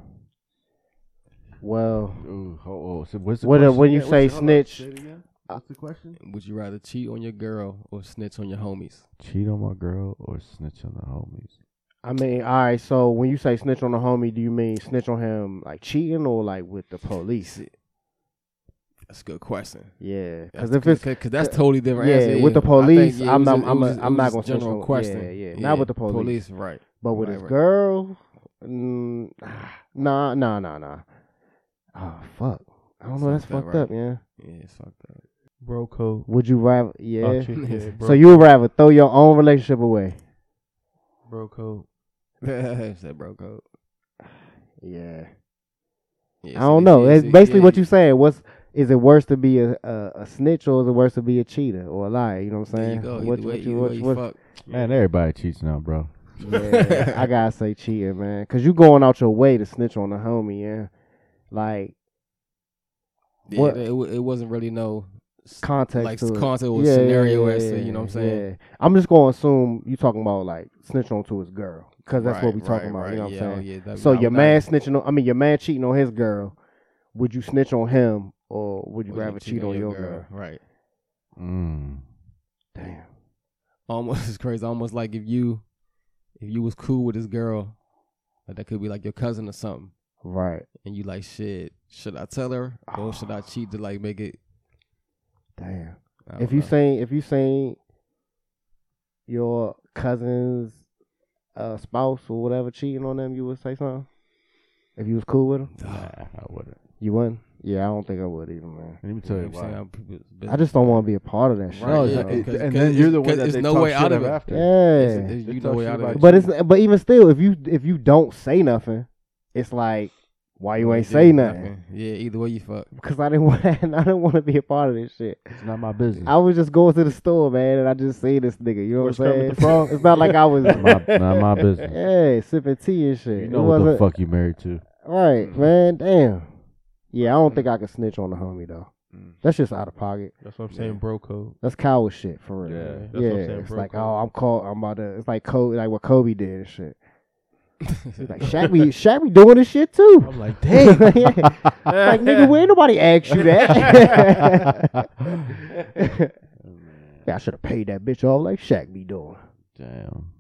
Speaker 6: Well,
Speaker 8: Ooh, oh, oh. So what's the
Speaker 6: What, uh,
Speaker 8: question
Speaker 6: when you
Speaker 8: again?
Speaker 6: say
Speaker 8: What's- hold on,
Speaker 6: snitch-
Speaker 8: say it again? What's the question?
Speaker 4: Would you rather cheat on your girl or snitch on your homies?
Speaker 8: Cheat on my girl or snitch on the homies?
Speaker 6: I mean, all right. So when you say snitch on the homie, do you mean snitch on him like cheating or like with the police?
Speaker 4: That's a good question.
Speaker 6: Yeah, because
Speaker 4: That's
Speaker 6: if
Speaker 4: good-
Speaker 6: it's
Speaker 4: cause, 'cause that's totally different.
Speaker 6: yeah,
Speaker 4: answer,
Speaker 6: with the
Speaker 4: I think,
Speaker 6: police,
Speaker 4: yeah, it
Speaker 6: I'm
Speaker 4: was
Speaker 6: not-
Speaker 4: it
Speaker 6: I'm
Speaker 4: was-
Speaker 6: a-
Speaker 4: it
Speaker 6: I'm not
Speaker 4: was
Speaker 6: gonna
Speaker 4: a
Speaker 6: snitch
Speaker 4: general
Speaker 6: on-
Speaker 4: question.
Speaker 6: yeah, yeah, not with the police.
Speaker 4: Police, right?
Speaker 6: but with
Speaker 4: Right,
Speaker 6: his
Speaker 4: right.
Speaker 6: girl, mm, nah, nah, nah, nah. Oh fuck, I don't know. That's
Speaker 4: That's fucked up,
Speaker 6: fucked
Speaker 4: right?
Speaker 6: up. Yeah.
Speaker 4: Yeah, it's fucked up.
Speaker 3: Bro code.
Speaker 6: Would you rather?
Speaker 3: Oh,
Speaker 6: Yeah.
Speaker 3: shit, yeah, bro,
Speaker 6: so you would rather throw your own relationship away?
Speaker 3: bro code.
Speaker 4: It's that bro code.
Speaker 6: Yeah.
Speaker 4: Yeah,
Speaker 6: I
Speaker 4: so
Speaker 6: don't
Speaker 4: they-
Speaker 6: know.
Speaker 4: yeah,
Speaker 6: It's
Speaker 4: so-
Speaker 6: basically
Speaker 4: yeah,
Speaker 6: what you saying. What's is it worse to be a, a a snitch or is it worse to be a cheater or a liar? You know what I'm
Speaker 4: There
Speaker 6: saying?
Speaker 4: you go.
Speaker 6: What-
Speaker 4: Either way,
Speaker 6: what
Speaker 4: either
Speaker 6: what
Speaker 4: way, you
Speaker 6: what-
Speaker 4: fuck.
Speaker 8: Man, everybody cheats now, bro.
Speaker 6: Yeah, I gotta say cheating, man, because you going out your way to snitch on a homie, yeah. Like
Speaker 4: Yeah,
Speaker 6: What-
Speaker 4: It, wa- it wasn't really no s-
Speaker 6: context,
Speaker 4: like
Speaker 6: to it.
Speaker 4: concept or scenario as to, you know what I'm saying?
Speaker 6: yeah. I'm just gonna assume you talking about like snitch on to his girl, because that's what
Speaker 4: Right,
Speaker 6: we talking about.
Speaker 4: right,
Speaker 6: You know what
Speaker 4: right.
Speaker 6: I'm
Speaker 4: Yeah, oh,
Speaker 6: saying?
Speaker 4: yeah, that-
Speaker 6: So
Speaker 4: I'm
Speaker 6: your
Speaker 4: not-
Speaker 6: man snitching on, I mean your man cheating on his girl, would you snitch on him or would you
Speaker 4: Would you
Speaker 6: rather cheat on your girl?
Speaker 4: Right.
Speaker 8: Mm.
Speaker 6: Damn.
Speaker 4: Almost it's crazy. Almost like if you if you was cool with this girl, like that could be like your cousin or something.
Speaker 6: Right.
Speaker 4: And you like shit, should I tell her or should I cheat to like make it
Speaker 6: Damn.
Speaker 4: I
Speaker 6: if
Speaker 4: don't
Speaker 6: you
Speaker 4: know.
Speaker 6: seen if you seen your cousin's uh, spouse or whatever cheating on them, you would say something. If you was cool with them,
Speaker 8: Nah, I wouldn't.
Speaker 6: you wouldn't. Yeah, I don't think I would either, man.
Speaker 8: Let me tell you
Speaker 4: You saying
Speaker 8: why.
Speaker 4: how
Speaker 6: I
Speaker 4: people's business-
Speaker 6: just don't want to be a part of that shit.
Speaker 4: Right,
Speaker 6: you
Speaker 4: yeah,
Speaker 6: know?
Speaker 4: it- and then you're the one that they talk shit of
Speaker 8: after.
Speaker 6: yeah.
Speaker 4: It's- it's-
Speaker 8: They
Speaker 4: you
Speaker 8: talk
Speaker 4: know way
Speaker 8: shit
Speaker 4: out of
Speaker 8: about
Speaker 4: it.
Speaker 6: but it's but even still, if you if you don't say nothing, it's like Why you ain't say nothing?
Speaker 4: Nothing. Yeah, either way you fuck.
Speaker 6: Because I didn't want. I didn't want to be a part of this shit.
Speaker 8: It's not my business.
Speaker 6: I was just going to the store, man, and I just seen this nigga. You know what
Speaker 3: Where's Kermit
Speaker 6: I'm
Speaker 3: the
Speaker 6: saying? It's not like I was.
Speaker 8: my, not my business.
Speaker 6: Yeah, sipping tea and shit.
Speaker 8: You
Speaker 6: It
Speaker 8: know what the
Speaker 6: wasn't-
Speaker 8: fuck you married to?
Speaker 3: Mm-hmm.
Speaker 6: Right, man. Damn. Yeah, I don't think I can snitch on the homie though.
Speaker 3: Mm.
Speaker 6: That's just out of pocket.
Speaker 3: That's what I'm saying, bro code.
Speaker 6: That's coward shit for real.
Speaker 8: Yeah,
Speaker 6: Yeah,
Speaker 3: that's what I'm saying,
Speaker 6: it's
Speaker 3: bro
Speaker 6: like
Speaker 3: code.
Speaker 6: oh, I'm called. I'm about to. It's like Kobe, like what Kobe did and shit. It's like Shaq be Shaq be doing this shit too.
Speaker 3: I'm like,
Speaker 6: Hey,
Speaker 3: dang.
Speaker 6: like nigga, where nobody asked you that? yeah, I should have paid that bitch off like Shaq be doing.
Speaker 8: Damn.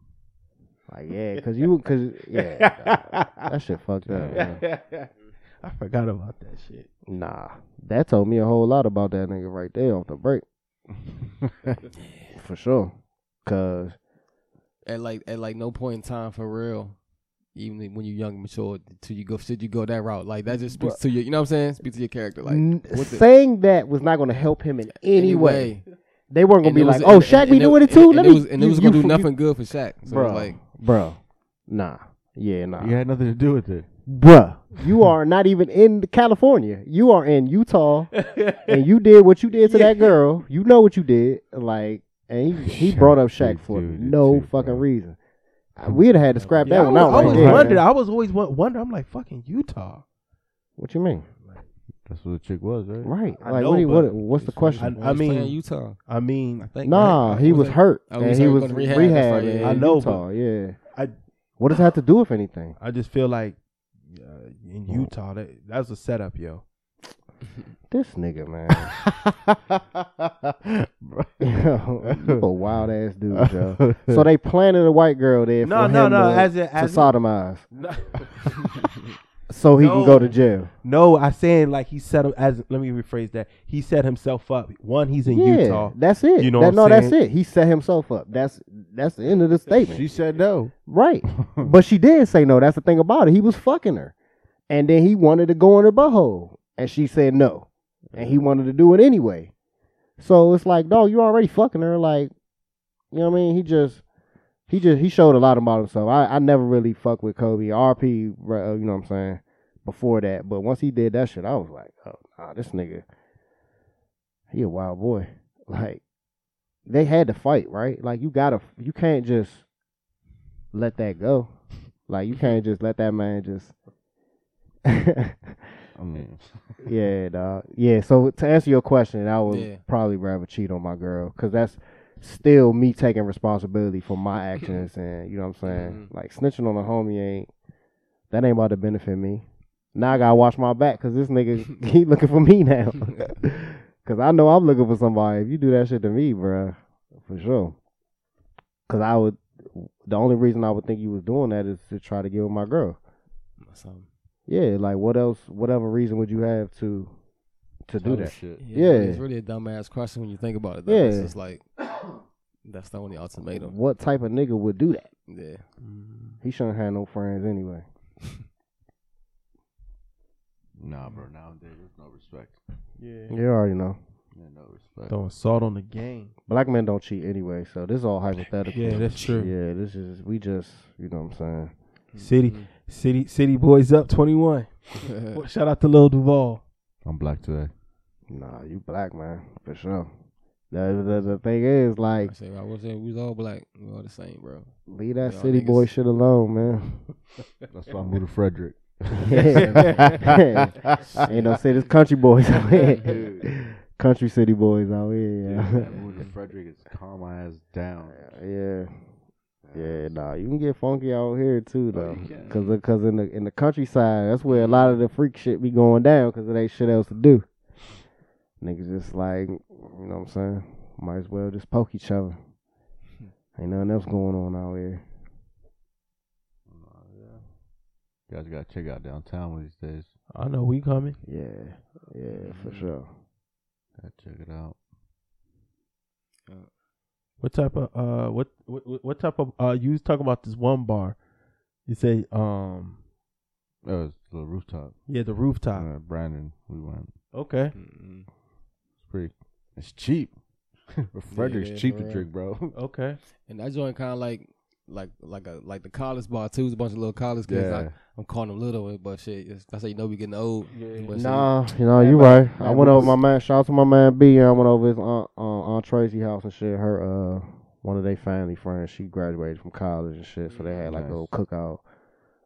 Speaker 6: Like yeah, cause you, cause yeah, that shit fucked up. man.
Speaker 3: I forgot about that shit.
Speaker 6: Nah, that told me a whole lot about that nigga right there off the break. For sure. Cause
Speaker 4: At like at like no point in time for real. Even when you're young and mature, till you go should you go that route. Like that just speaks to your you know what I'm saying? Speaks to your character. Like
Speaker 6: n-
Speaker 4: what's it-
Speaker 6: saying that was not going to help him in any way. They weren't going
Speaker 4: And
Speaker 6: to
Speaker 4: it
Speaker 6: be
Speaker 4: was-
Speaker 6: like, "Oh,
Speaker 4: and-
Speaker 6: Shaq
Speaker 4: and
Speaker 6: be
Speaker 4: it-
Speaker 6: doing it
Speaker 4: and-
Speaker 6: too."
Speaker 4: And,
Speaker 6: Let
Speaker 4: it
Speaker 6: me-
Speaker 4: was, and it
Speaker 6: you-
Speaker 4: was gonna
Speaker 6: you-
Speaker 4: do
Speaker 6: you-
Speaker 4: nothing good for Shaq. So
Speaker 6: Bruh.
Speaker 4: it's like
Speaker 6: bro. Nah, yeah, nah,
Speaker 8: You had nothing to do with it.
Speaker 6: bruh. You are not even in California. You are in Utah, and you did what you did to that girl. You know what you did, like, and he, he
Speaker 8: Shaq
Speaker 6: brought up Shaq
Speaker 8: did
Speaker 6: for
Speaker 8: do it
Speaker 6: no
Speaker 8: too,
Speaker 6: fucking
Speaker 8: bro.
Speaker 6: reason. I- We'd have had to scrap
Speaker 3: Yeah,
Speaker 6: that
Speaker 3: I
Speaker 6: one
Speaker 3: was,
Speaker 6: out.
Speaker 3: I
Speaker 6: right
Speaker 3: was
Speaker 6: there.
Speaker 3: wondering. I was always won- wondering. I'm like, fucking Utah.
Speaker 6: What you mean?
Speaker 8: That's what the chick was, right?
Speaker 6: Right.
Speaker 3: I
Speaker 6: like,
Speaker 3: know,
Speaker 6: what, do you- what?
Speaker 3: but
Speaker 6: What's the
Speaker 8: it's
Speaker 6: question?
Speaker 3: I-
Speaker 4: I
Speaker 3: mean-
Speaker 4: mean Utah.
Speaker 3: I mean,
Speaker 4: I think
Speaker 6: Nah,
Speaker 4: right?
Speaker 6: he
Speaker 4: What
Speaker 6: was
Speaker 4: that?
Speaker 6: hurt
Speaker 4: Oh,
Speaker 6: and
Speaker 4: he's
Speaker 6: he
Speaker 4: hurt,
Speaker 6: was
Speaker 4: going to
Speaker 6: rehab.
Speaker 4: rehab, that's right, yeah, yeah.
Speaker 6: I
Speaker 3: I
Speaker 6: know,
Speaker 3: know,
Speaker 6: Utah, yeah.
Speaker 3: I-
Speaker 6: what does that have to do with anything?
Speaker 3: I just feel like uh, in Utah, that that was a setup, yo.
Speaker 6: This nigga, man. Yo, you a wild ass dude, yo. So they planted a white girl there
Speaker 3: No,
Speaker 6: for
Speaker 3: no,
Speaker 6: him
Speaker 3: no,
Speaker 6: to,
Speaker 3: as in-
Speaker 6: to
Speaker 3: as in-
Speaker 6: sodomize, so he can
Speaker 3: No.
Speaker 6: go to jail.
Speaker 3: No, I saying like he set him as. Let me rephrase that. He set himself up. One, he's in
Speaker 6: yeah,
Speaker 3: Utah.
Speaker 6: that's it.
Speaker 3: You know
Speaker 6: That-
Speaker 3: what I'm
Speaker 6: no, that's
Speaker 3: saying?
Speaker 6: it. He set himself up. That's that's the end of the statement.
Speaker 8: She said no.
Speaker 6: Right. but she did say no. That's the thing about it. He was fucking her. And then he wanted to go in her butthole. And she said no. And he wanted to do it anyway. So it's like, dog, you already fucking her. Like, you know what I mean? He just, he just, he showed a lot about himself. I, I never really fucked with Kobe. RP, right, uh, you know what I'm saying? Before that. But once he did that shit, I was like, oh, nah, this nigga, he a wild boy. Like, they had to fight, right? Like, you gotta, you can't just let that go. Like you can't just let that man just.
Speaker 8: I mean,
Speaker 6: yeah, dog. Yeah. So to answer your question, I would
Speaker 4: Yeah.
Speaker 6: probably rather cheat on my girl because that's still me taking responsibility for my actions, and you know what I'm saying. Like snitching on a homie ain't that ain't about to benefit me. Now I gotta watch my back because this nigga he looking for me now. Cause I know I'm looking for somebody. If you do that shit to me, bruh, for sure. Cause I would. The only reason I would think you was doing that is to try to get with my girl.
Speaker 4: Something.
Speaker 6: Yeah, like what else? Whatever reason would you have to to do that?
Speaker 8: Shit.
Speaker 4: Oh, Yeah,
Speaker 6: Yeah.
Speaker 4: it's really a dumbass question when you think about it. Though.
Speaker 6: Yeah.
Speaker 4: it's just like that's the only ultimatum.
Speaker 6: What type of nigga would do that?
Speaker 4: Yeah,
Speaker 6: He shouldn't have no friends anyway.
Speaker 8: Nah, bro. Nowadays, there's no respect.
Speaker 3: Yeah,
Speaker 6: You already know.
Speaker 8: There's no respect.
Speaker 3: throwing salt on the game.
Speaker 6: Black men don't cheat anyway, so this is all hypothetical.
Speaker 3: Yeah, that's true.
Speaker 6: Yeah, this is we just you know what I'm saying.
Speaker 3: City, city, city boys up twenty one. Shout out to Lil Duval.
Speaker 8: I'm black today.
Speaker 6: Nah, you black man for sure. The, the, the thing is, like,
Speaker 4: I say I was we was all black, we all the same, bro.
Speaker 6: leave that
Speaker 4: Y'all
Speaker 6: city
Speaker 4: niggas-
Speaker 6: boy shit alone, man.
Speaker 8: That's why I moved to Frederick.
Speaker 6: Ain't no city, it's country boys out here. country city boys out
Speaker 8: I
Speaker 6: here.
Speaker 8: moved to Frederick. It's calm my ass down.
Speaker 6: Yeah. yeah. Yeah, nah, you can get funky out here too, though,
Speaker 8: you can.
Speaker 6: cause, cause in the in the countryside, that's where a lot of the freak shit be going down, cause it ain't shit else to do. Niggas just like, you know what I'm saying? Might as well just poke each other. Ain't nothing else going on out here.
Speaker 8: You guys gotta check out downtown one of these days.
Speaker 3: I know we coming.
Speaker 6: Yeah, yeah, for sure.
Speaker 8: Gotta check it out.
Speaker 3: What type of uh what what what- what type of uh you was talking about this one bar? You say um
Speaker 8: Oh, it's the rooftop.
Speaker 3: yeah the rooftop.
Speaker 8: Uh, Brandon, we went.
Speaker 3: Okay.
Speaker 8: It's pretty. It's cheap. Frederick's
Speaker 4: it is,
Speaker 8: cheap
Speaker 4: for
Speaker 8: to
Speaker 4: real.
Speaker 8: drink, bro.
Speaker 3: Okay.
Speaker 4: And that joint kind of like like like a like the college bar too. It's a bunch of little college kids.
Speaker 8: Yeah.
Speaker 4: I, I'm calling them little, but shit, it's, that's how you know we getting old. But shit,
Speaker 6: Nah, you know you right. I went over my man. Shout out to my man B. I went over his aunt, uh, aunt Tracy house and shit. Her uh, one of their family friends. She graduated from college and shit, so they had like
Speaker 8: Nice.
Speaker 6: a little cookout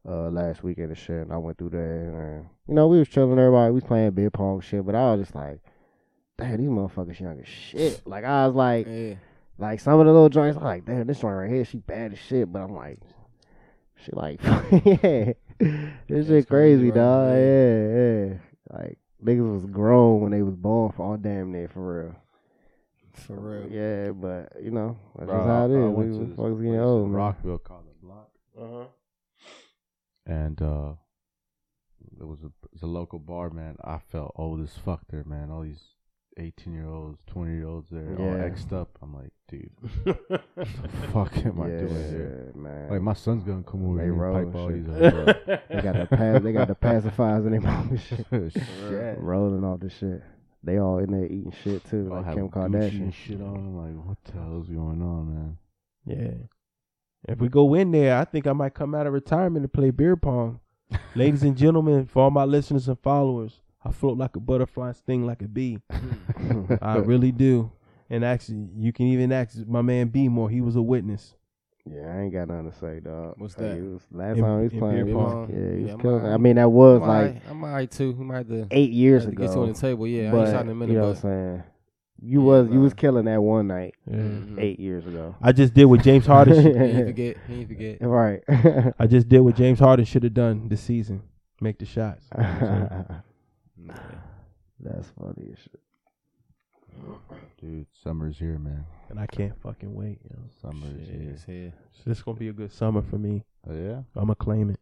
Speaker 6: uh last weekend and shit. And I went through there and you know we was chilling. Everybody we was playing beer pong and shit, but I was just like, damn, these motherfuckers young as shit. Like I was like,
Speaker 4: yeah.
Speaker 6: like some of the little joints, I'm like, damn, this joint right here, she bad as shit. But I'm like, she like, yeah, this
Speaker 4: crazy,
Speaker 6: shit crazy,
Speaker 4: right?
Speaker 6: dog.
Speaker 4: Yeah.
Speaker 6: Yeah, yeah. Like niggas was grown when they was born for all damn near for
Speaker 4: for
Speaker 6: real.
Speaker 4: real.
Speaker 6: Yeah, but you know, that's
Speaker 8: Bro,
Speaker 6: just how it is.
Speaker 8: I went
Speaker 6: We
Speaker 8: to
Speaker 6: was
Speaker 8: this
Speaker 6: fucking
Speaker 8: place
Speaker 6: getting
Speaker 8: in
Speaker 6: old, man.
Speaker 8: Rockville called the Block,
Speaker 2: Uh-huh.
Speaker 8: and uh, it was a it's a local bar, man. I felt old as fuck there, man. All these eighteen year olds, twenty year olds there, all
Speaker 6: Yeah.
Speaker 8: X'd up. I'm like, dude, what the fuck am I doing here?
Speaker 6: Yeah, man.
Speaker 8: Like my son's gonna come over
Speaker 6: They
Speaker 8: here
Speaker 6: roll
Speaker 8: and pipe
Speaker 6: and
Speaker 8: all
Speaker 6: shit.
Speaker 8: these. hoes up.
Speaker 6: they got the pa- they got the pacifiers in their mouth and shit,
Speaker 8: Shit.
Speaker 6: rolling off the shit. They all in there eating shit too,
Speaker 8: All
Speaker 6: like
Speaker 8: have
Speaker 6: Kim
Speaker 8: Gucci
Speaker 6: Kardashian.
Speaker 8: and shit on. I'm like, what the hell's going on, man?
Speaker 3: Yeah. If we go in there, I think I might come out of retirement and play beer pong. Ladies and gentlemen, for all my listeners and followers, I float like a butterfly, sting like a bee. I really do. And actually, you can even ask my man B more. He was a witness.
Speaker 6: Yeah, I ain't got nothing to say, dog.
Speaker 4: What's
Speaker 6: Like,
Speaker 4: that?
Speaker 6: it was- last
Speaker 3: In-
Speaker 6: time he was
Speaker 3: in
Speaker 6: playing,
Speaker 3: beer
Speaker 6: it was-
Speaker 4: pong?
Speaker 6: yeah, he
Speaker 4: Yeah,
Speaker 6: was
Speaker 4: I'm
Speaker 6: killing.
Speaker 4: all
Speaker 6: I
Speaker 4: right.
Speaker 6: mean, that was
Speaker 4: I'm
Speaker 6: like
Speaker 4: alright- I'm alright too. We might have to,
Speaker 6: eight years
Speaker 4: have to
Speaker 6: ago.
Speaker 4: get you on the table. Yeah, I
Speaker 6: but
Speaker 4: ain't shot in a minute,
Speaker 6: you know what I'm
Speaker 4: but
Speaker 6: saying? You was you was killing that one night
Speaker 4: Mhm.
Speaker 6: eight years ago.
Speaker 3: I just did what James Harden. should-
Speaker 4: He ain't forget. He ain't forget.
Speaker 6: Right.
Speaker 3: I just did what James Harden should have done this season. Make the shots.
Speaker 6: That's funny as shit.
Speaker 8: Dude, summer's here, man.
Speaker 3: And I can't fucking wait. yo.
Speaker 8: Summer's here.
Speaker 4: It's here.
Speaker 3: This is gonna be a good summer for me.
Speaker 8: Oh, yeah?
Speaker 3: I'm gonna claim it.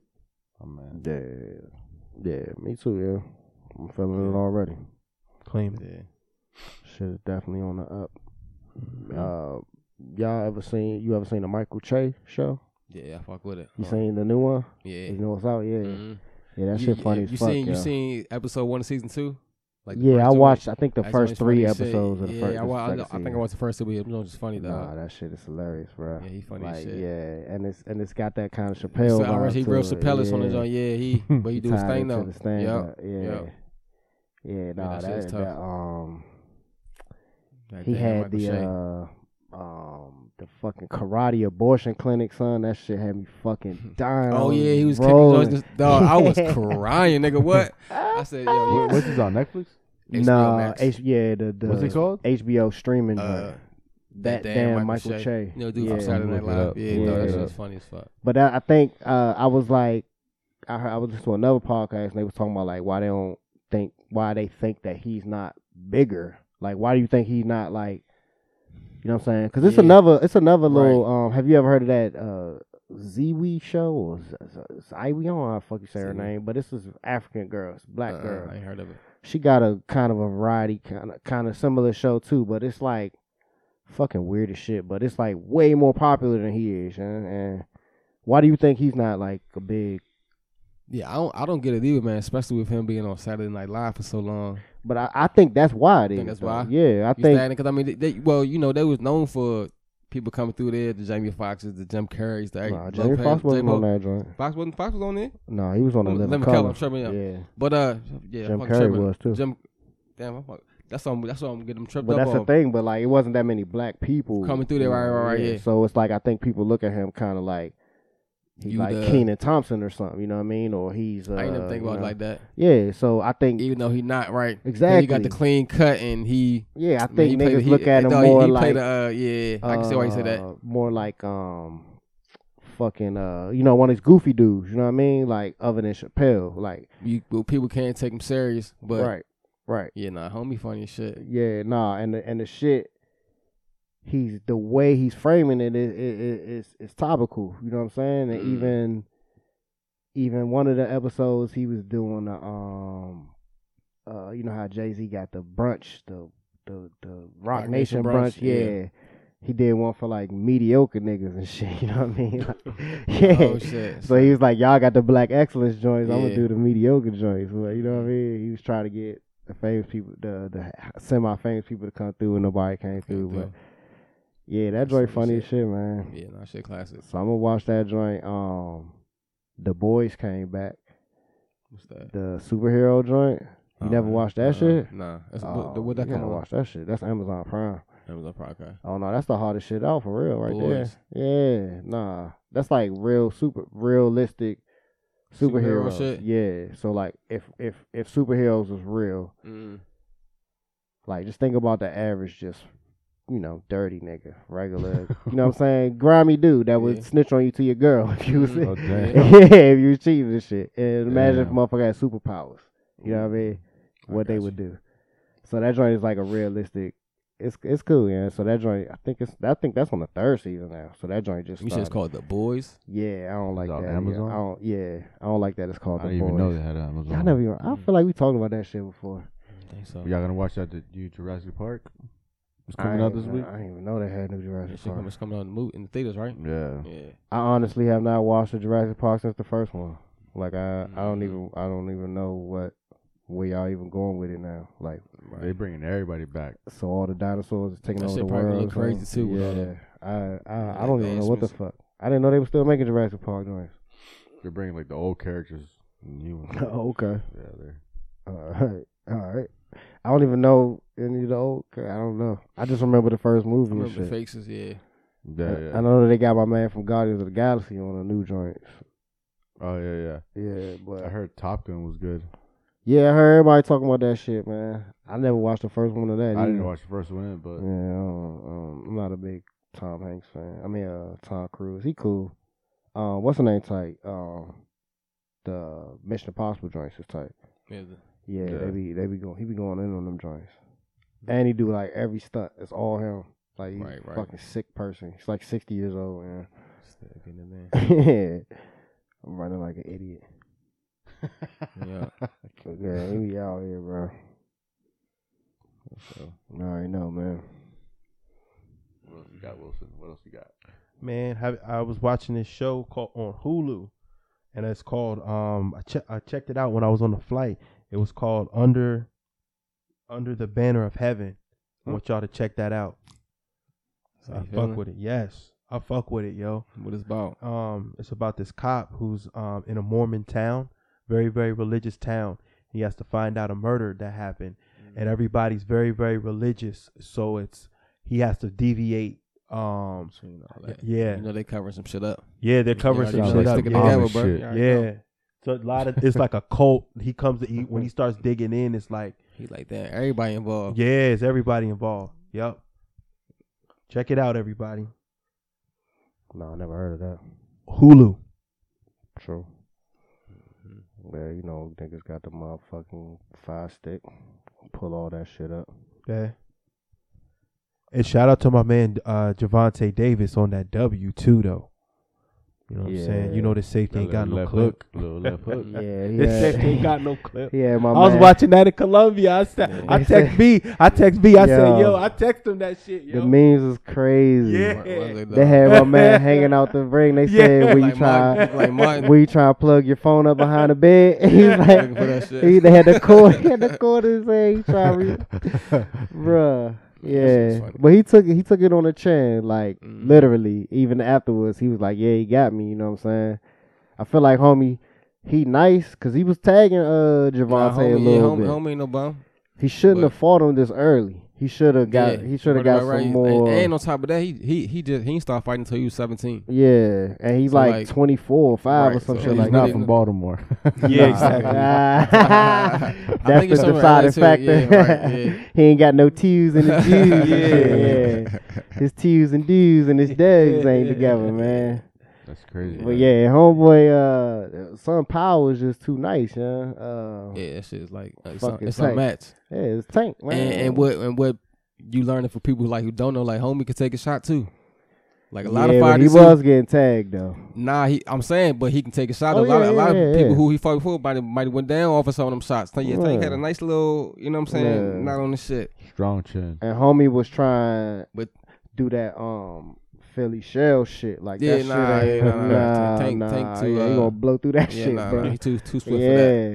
Speaker 8: Oh, man.
Speaker 6: Yeah, yeah, me too. Yeah, I'm feeling it already.
Speaker 3: Claim it.
Speaker 4: Yeah.
Speaker 6: Shit is definitely on the up.
Speaker 4: Mm-hmm.
Speaker 6: Uh, y'all ever seen you ever seen the Michael Che show?
Speaker 4: Yeah, I fuck with it.
Speaker 6: You
Speaker 4: Huh.
Speaker 6: seen the new one?
Speaker 4: Yeah.
Speaker 6: You know what's out? Yeah,
Speaker 4: Mhm.
Speaker 6: yeah, that
Speaker 4: You-
Speaker 6: shit
Speaker 4: you-
Speaker 6: funny as
Speaker 4: You
Speaker 6: fuck.
Speaker 4: seen? You
Speaker 6: yeah.
Speaker 4: seen episode one of season two? Like the first
Speaker 6: yeah, I
Speaker 4: two
Speaker 6: watched. I think the
Speaker 4: That's
Speaker 6: first
Speaker 4: always funny
Speaker 6: three
Speaker 4: as shit.
Speaker 6: episodes of the
Speaker 4: yeah,
Speaker 6: first.
Speaker 4: I,
Speaker 6: the
Speaker 4: wa- I,
Speaker 6: second
Speaker 4: I think I
Speaker 6: season.
Speaker 4: watched the first two. It was just funny though.
Speaker 6: Nah, that shit is hilarious, bro.
Speaker 4: Yeah, he funny as
Speaker 6: like,
Speaker 4: shit.
Speaker 6: Yeah, and it's and it's got that kind of
Speaker 4: so
Speaker 6: Chappelle.
Speaker 4: I
Speaker 6: vibe
Speaker 4: read he
Speaker 6: to
Speaker 4: real
Speaker 6: it,
Speaker 4: Chappelle's on the
Speaker 6: yeah.
Speaker 4: joint. Yeah, he but he do his
Speaker 6: Tied
Speaker 4: thing
Speaker 6: into
Speaker 4: though.
Speaker 6: the stand,
Speaker 4: Yep.
Speaker 6: but yeah,
Speaker 4: yup.
Speaker 6: yeah, nah, that,
Speaker 4: that shit's
Speaker 6: that,
Speaker 4: tough.
Speaker 6: um,
Speaker 4: Like,
Speaker 6: he
Speaker 4: damn,
Speaker 6: had
Speaker 4: Michael
Speaker 6: the
Speaker 4: Shea.
Speaker 6: uh, um, the fucking karate abortion clinic, son. That shit had me fucking dying. I
Speaker 4: oh yeah, he was
Speaker 6: rolling.
Speaker 4: kicking joints. This- Dog, I was crying, nigga. What? I said, yo, you-
Speaker 8: What's this on Netflix?
Speaker 4: HBO
Speaker 6: Nah,
Speaker 4: Max.
Speaker 6: H- yeah, the, the
Speaker 8: What's it called?
Speaker 6: HBO streaming.
Speaker 4: Uh,
Speaker 6: joint. that damn Michael Che.
Speaker 4: No, dude
Speaker 6: Yeah.
Speaker 4: from Saturday Night
Speaker 8: Look it up.
Speaker 4: Live. Yeah,
Speaker 6: Look
Speaker 4: no,
Speaker 6: it
Speaker 4: that
Speaker 6: up.
Speaker 4: shit's funny as fuck.
Speaker 6: But I, I think uh, I was like, I heard, I was listening to another podcast and they was talking about like why they don't think why they think that he's not bigger. Like why do you think he's not like, you know what I'm saying? Because it's
Speaker 4: Yeah.
Speaker 6: another it's another little. Um, have you ever heard of that uh, Ziwi show or Z- Z- Ziwi? I don't know how the fuck you say her
Speaker 4: Ziwi.
Speaker 6: name, but this is African girl, it's a black
Speaker 4: Uh-uh,
Speaker 6: girl
Speaker 4: I ain't heard of it.
Speaker 6: she got a kind of a variety kind of kind of similar show too, but it's like fucking weird as shit. But it's like way more popular than he is. And, and why do you think he's not like a big?
Speaker 4: Yeah, I don't. I don't get it either, man. Especially with him being on Saturday Night Live for so long.
Speaker 6: But I, I think that's why it is.
Speaker 4: Think that's
Speaker 6: though.
Speaker 4: why?
Speaker 6: Yeah, I
Speaker 4: You
Speaker 6: think.
Speaker 4: Because I mean, they, they- well, you know, they was known for people coming through there, the Jamie Foxes, the Jim Carreys, the
Speaker 6: Nah,
Speaker 4: Eric
Speaker 6: Jamie
Speaker 4: Lopez,
Speaker 6: Foxx wasn't
Speaker 4: J-Bo.
Speaker 6: on that joint.
Speaker 4: Fox wasn't Fox was on there.
Speaker 6: No, he was on the
Speaker 4: Let
Speaker 6: Living
Speaker 4: me
Speaker 6: Color.
Speaker 4: I'm tripping. Yeah.
Speaker 6: Yeah,
Speaker 4: But uh, yeah,
Speaker 6: Jim
Speaker 4: fuck
Speaker 6: Carrey
Speaker 4: tripping.
Speaker 6: was, too.
Speaker 4: Jim, damn, I'm fuck, that's what I'm, that's what I'm getting them tripped
Speaker 6: but
Speaker 4: up
Speaker 6: that's the
Speaker 4: on.
Speaker 6: thing. But like, it wasn't that many black people
Speaker 4: Coming through there, right, right, right, yeah.
Speaker 6: So it's like I think people look at him kind of like. He's
Speaker 4: You
Speaker 6: like
Speaker 4: the-
Speaker 6: Keenan Thompson or something, you know what I mean? Or he's uh,
Speaker 4: I ain't even think
Speaker 6: you
Speaker 4: about it
Speaker 6: know.
Speaker 4: like that.
Speaker 6: Yeah, so I think
Speaker 4: Even though he not right, 'Cause He got
Speaker 6: Exactly.
Speaker 4: the clean cut, and he.
Speaker 6: Yeah, I
Speaker 4: man,
Speaker 6: think
Speaker 4: he played-
Speaker 6: niggas
Speaker 4: he-
Speaker 6: look at him
Speaker 4: no, he-
Speaker 6: more
Speaker 4: he
Speaker 6: like
Speaker 4: played, uh, yeah, I can see why you say that.
Speaker 6: uh, More like um, fucking uh, you know, one of these goofy dudes. You know what I mean? Like other than Chappelle, like
Speaker 4: You, well, people can't take him serious, but
Speaker 6: right, right.
Speaker 4: yeah, nah, homie, funny as shit.
Speaker 6: Yeah, nah, and the, and the shit. He's the way he's framing it is it, it, it's it's topical. You know what I'm saying? And
Speaker 4: Mm.
Speaker 6: even even one of the episodes he was doing uh, um uh you know how Jay Z got the brunch the the the Rock,
Speaker 4: Rock
Speaker 6: Nation,
Speaker 4: Nation
Speaker 6: brunch,
Speaker 4: brunch, yeah.
Speaker 6: yeah. He did one for like mediocre niggas and shit. You know what I mean? Like, yeah.
Speaker 4: Oh shit.
Speaker 6: So he was like, "Y'all got the black excellence joints. I'm gonna
Speaker 4: Yeah.
Speaker 6: do the mediocre joints." Like, you know what I mean? He was trying to get the famous people, the the semi famous people to come through, and nobody came through.
Speaker 4: Came
Speaker 6: But Yeah, that joint funny as shit, man.
Speaker 4: Yeah, no shit, classic.
Speaker 6: So I'm gonna watch that joint. Um, The Boys came back,
Speaker 4: What's that?
Speaker 6: the superhero joint. You never watched that
Speaker 4: Uh,
Speaker 6: shit?
Speaker 4: Nah, that's,
Speaker 6: Oh,
Speaker 4: what, what that
Speaker 6: you
Speaker 4: come
Speaker 6: gotta
Speaker 4: on?
Speaker 6: watch that shit. That's Amazon Prime.
Speaker 4: Amazon Prime. okay.
Speaker 6: Oh no, that's the hardest shit out for real, right
Speaker 4: Boys.
Speaker 6: there. Yeah, nah, that's like real super realistic
Speaker 4: Superhero
Speaker 6: superheroes.
Speaker 4: shit?
Speaker 6: Yeah, so like if if if superheroes was real,
Speaker 4: Mm.
Speaker 6: like just think about the average, just you know, dirty nigga, regular, you know what I'm saying, grimy dude that would
Speaker 4: Yeah.
Speaker 6: snitch on you to your girl if you was
Speaker 4: Mhm.
Speaker 8: Oh,
Speaker 6: yeah,
Speaker 8: damn.
Speaker 6: if you achieve this shit. And imagine if
Speaker 8: Damn.
Speaker 6: motherfucker had superpowers.
Speaker 8: Mm-hmm.
Speaker 6: You know what I mean?
Speaker 4: I
Speaker 6: What they
Speaker 4: got
Speaker 6: would do. So that joint is like a realistic. It's it's cool, yeah. So that joint, I think it's I think that's on the third season now. So that joint just
Speaker 4: You said it's
Speaker 6: started.
Speaker 4: called The Boys.
Speaker 6: Yeah, I don't like
Speaker 8: It's on
Speaker 6: that.
Speaker 8: Amazon?
Speaker 6: Yeah, I don't. Yeah, I don't like that. It's
Speaker 8: I
Speaker 6: called
Speaker 8: didn't
Speaker 6: the
Speaker 8: even
Speaker 6: boys.
Speaker 8: know they had Amazon.
Speaker 6: I never even. I
Speaker 4: Mm.
Speaker 6: feel like we talked about that shit before.
Speaker 4: I think so.
Speaker 8: Y'all gonna watch that the new Jurassic Park? It's coming
Speaker 6: I
Speaker 8: out
Speaker 6: ain't
Speaker 8: this
Speaker 6: know-
Speaker 8: week.
Speaker 6: I didn't even know they had New
Speaker 4: That
Speaker 6: Jurassic
Speaker 4: shit come-
Speaker 6: Park.
Speaker 4: it's coming out in the movie in the theaters, right?
Speaker 8: Yeah.
Speaker 4: Yeah.
Speaker 6: I honestly have not watched the Jurassic Park since the first one. Like I, I
Speaker 8: Mm-hmm.
Speaker 6: don't
Speaker 4: Mhm.
Speaker 6: even. I don't even know what where y'all even going with it now. Like
Speaker 8: They bringing everybody back.
Speaker 6: so all the dinosaurs is taking
Speaker 4: That
Speaker 6: over
Speaker 4: shit
Speaker 6: the
Speaker 4: probably
Speaker 6: world.
Speaker 4: look crazy
Speaker 6: so-
Speaker 4: too with all
Speaker 6: Yeah,
Speaker 4: the-
Speaker 6: I I, I
Speaker 4: the
Speaker 6: don't even know what the
Speaker 4: advancements.
Speaker 6: fuck. I didn't know they were still making Jurassic Park joints.
Speaker 8: They're bringing like the old characters, and new ones.
Speaker 6: okay,
Speaker 8: Yeah, they're
Speaker 6: all right, all right. I don't even know any of the old. I don't know. I just remember the first
Speaker 4: I
Speaker 6: movie and
Speaker 4: remember the
Speaker 6: shit.
Speaker 4: faces. Yeah.
Speaker 8: yeah, yeah.
Speaker 6: I know that they got my man from Guardians of the Galaxy on a new joint.
Speaker 8: Oh yeah,
Speaker 6: Yeah, but
Speaker 8: yeah. I heard Top Gun was good.
Speaker 6: yeah, I heard everybody talking about that shit, man. I never watched the first one of that.
Speaker 8: I
Speaker 6: either.
Speaker 8: didn't watch the first one, but
Speaker 6: Yeah, I don't- um, I'm not a big Tom Hanks fan. I mean, uh, Tom Cruise. He cool. Uh, what's the name type? Um, the Mission Impossible joints is type.
Speaker 4: Yeah. the-
Speaker 6: Yeah,
Speaker 8: Yeah.
Speaker 6: they be they be going. He be going in on them joints. And he do like every stunt. It's all him. Like he's
Speaker 4: Right,
Speaker 6: a
Speaker 4: right.
Speaker 6: fucking sick person. He's like sixty years old. Man.
Speaker 4: Still getting in there.
Speaker 6: I'm running like an idiot.
Speaker 4: Yeah.
Speaker 6: Yeah, he be out here, bro.
Speaker 4: So,
Speaker 6: I already know, man.
Speaker 8: what else you got, Wilson? What else you got?
Speaker 3: Man, have, I was watching this show called on Hulu, and it's called. Um, I, che- I checked it out when I was on the flight. It was called Under, Under the Banner of Heaven. I want y'all to check that out.
Speaker 4: so
Speaker 3: I
Speaker 4: you
Speaker 3: fuck
Speaker 4: feeling?
Speaker 3: with it. Yes, I fuck with it, yo.
Speaker 4: What it's about?
Speaker 3: Um, it's about this cop who's um in a Mormon town, very very religious town. He has to find out a murder that happened, and everybody's very very religious, so it's he has to deviate. Um,
Speaker 4: So, you know, all that.
Speaker 3: yeah,
Speaker 4: You know they covering some shit up.
Speaker 3: yeah, they're covering
Speaker 4: You
Speaker 3: some
Speaker 4: already
Speaker 3: shit
Speaker 4: know
Speaker 3: up.
Speaker 4: they sticking
Speaker 3: yeah.
Speaker 4: together,
Speaker 8: Amish
Speaker 4: bro.
Speaker 8: shit.
Speaker 4: You already know.
Speaker 3: Yeah. So a lot of it's like a cult. He comes he, when he starts digging in, it's like
Speaker 4: He like that. Everybody involved.
Speaker 3: yeah, it's everybody involved. Yep. Check it out, everybody.
Speaker 6: No, I never heard of that.
Speaker 3: Hulu.
Speaker 6: True. Well, Mm-hmm. you know, niggas got the motherfucking fire stick. Pull all that shit up.
Speaker 3: Yeah. And shout out to my man uh Javante Davis on that W too though. You know what
Speaker 6: Yeah.
Speaker 3: I'm saying? You know the safety ain't got
Speaker 8: Little
Speaker 3: no
Speaker 8: left
Speaker 3: clip.
Speaker 8: hook, Little left hook.
Speaker 6: Yeah,
Speaker 3: The safety ain't
Speaker 6: yeah.
Speaker 3: got no clip.
Speaker 6: yeah, my
Speaker 3: I was
Speaker 6: man.
Speaker 3: watching that in Colombia. I, sa- I
Speaker 6: They
Speaker 3: text
Speaker 6: say-
Speaker 3: B. I text B. I said,
Speaker 6: Yo.
Speaker 3: "Yo, I text him that shit,
Speaker 6: The
Speaker 3: yo."
Speaker 6: memes is crazy.
Speaker 3: Yeah.
Speaker 4: Why- why
Speaker 6: They had my man hanging out the ring. They said,
Speaker 3: Yeah.
Speaker 6: "When you
Speaker 4: Like Martin-
Speaker 6: try,
Speaker 4: like Martin.
Speaker 6: when you try to plug your phone up behind the bed." And he's
Speaker 4: Looking for
Speaker 6: like,
Speaker 4: that shit.
Speaker 6: he, they had the cord, he had the cord in his hand. He tried, to re- bruh.
Speaker 4: shit's
Speaker 6: Yeah,
Speaker 4: funny.
Speaker 6: but he took it. He took it on the chin, like
Speaker 4: Mhm.
Speaker 6: literally. Even afterwards, he was like, "Yeah, he got me." You know what I'm saying? I feel like homie, he nice because he was tagging uh
Speaker 4: Nah,
Speaker 6: Javante
Speaker 4: homie,
Speaker 6: a
Speaker 4: yeah,
Speaker 6: little
Speaker 4: homie,
Speaker 6: bit.
Speaker 4: homie ain't no bum.
Speaker 6: He shouldn't
Speaker 4: But-
Speaker 6: have fought him this early. He should have got.
Speaker 4: Yeah.
Speaker 6: He should have
Speaker 4: Right,
Speaker 6: got
Speaker 4: right,
Speaker 6: some
Speaker 4: right. And-
Speaker 6: more.
Speaker 4: And, on top of that, he he he just he didn't start fighting until he was seventeen.
Speaker 6: Yeah, and he's
Speaker 4: So,
Speaker 6: like,
Speaker 4: like-
Speaker 6: 24 or 5 or
Speaker 4: Right,
Speaker 6: some
Speaker 4: so
Speaker 6: shit
Speaker 4: he's
Speaker 6: like
Speaker 4: not
Speaker 6: that.
Speaker 4: really from
Speaker 8: Baltimore.
Speaker 3: Yeah, exactly.
Speaker 4: I
Speaker 6: That's
Speaker 4: think it's
Speaker 6: the
Speaker 4: somewhere
Speaker 6: deciding
Speaker 4: around
Speaker 6: factor.
Speaker 4: there too. Yeah, right, yeah.
Speaker 6: he ain't got no T's and the G's. and shit,
Speaker 4: Yeah.
Speaker 6: yeah. His T's and D's and his D's ain't
Speaker 3: Yeah.
Speaker 6: together, man.
Speaker 8: That's crazy.
Speaker 6: But yeah, homeboy, uh, some power is just too nice, yeah. Uh, yeah.
Speaker 4: Yeah, that shit is like it's,
Speaker 6: Fuck
Speaker 4: un-
Speaker 6: is
Speaker 4: it's
Speaker 6: tight.
Speaker 4: unmatched.
Speaker 6: it's tank, man.
Speaker 4: And, and what and what you learning for people like who don't know, like homie could take a shot too. Like a lot
Speaker 6: yeah,
Speaker 4: of
Speaker 6: but
Speaker 4: fighters,
Speaker 6: he
Speaker 4: who-
Speaker 6: was getting tagged though.
Speaker 4: Nah, he, I'm saying, but he can take a shot.
Speaker 6: Oh,
Speaker 4: a lot,
Speaker 6: yeah,
Speaker 4: of, a lot
Speaker 6: yeah,
Speaker 4: of
Speaker 6: yeah,
Speaker 4: people
Speaker 6: yeah.
Speaker 4: who he fought before might have, might have went down off of some of them shots. Tank, yeah, Tank
Speaker 6: Yeah.
Speaker 4: had a nice little, you know what I'm saying?
Speaker 6: Yeah.
Speaker 4: Not on the shit.
Speaker 8: Strong chin.
Speaker 6: And homie was trying
Speaker 4: But-
Speaker 6: do that um Philly shell shit like
Speaker 4: Yeah,
Speaker 6: that
Speaker 4: nah,
Speaker 6: shit. ain't-
Speaker 4: yeah, nah, nah.
Speaker 6: nah,
Speaker 4: Tank-
Speaker 6: nah,
Speaker 4: Tank too,
Speaker 6: yeah, you
Speaker 4: uh,
Speaker 6: gonna blow through that
Speaker 4: Yeah,
Speaker 6: shit,
Speaker 4: nah,
Speaker 6: bro.
Speaker 4: nah, he too too swift for that.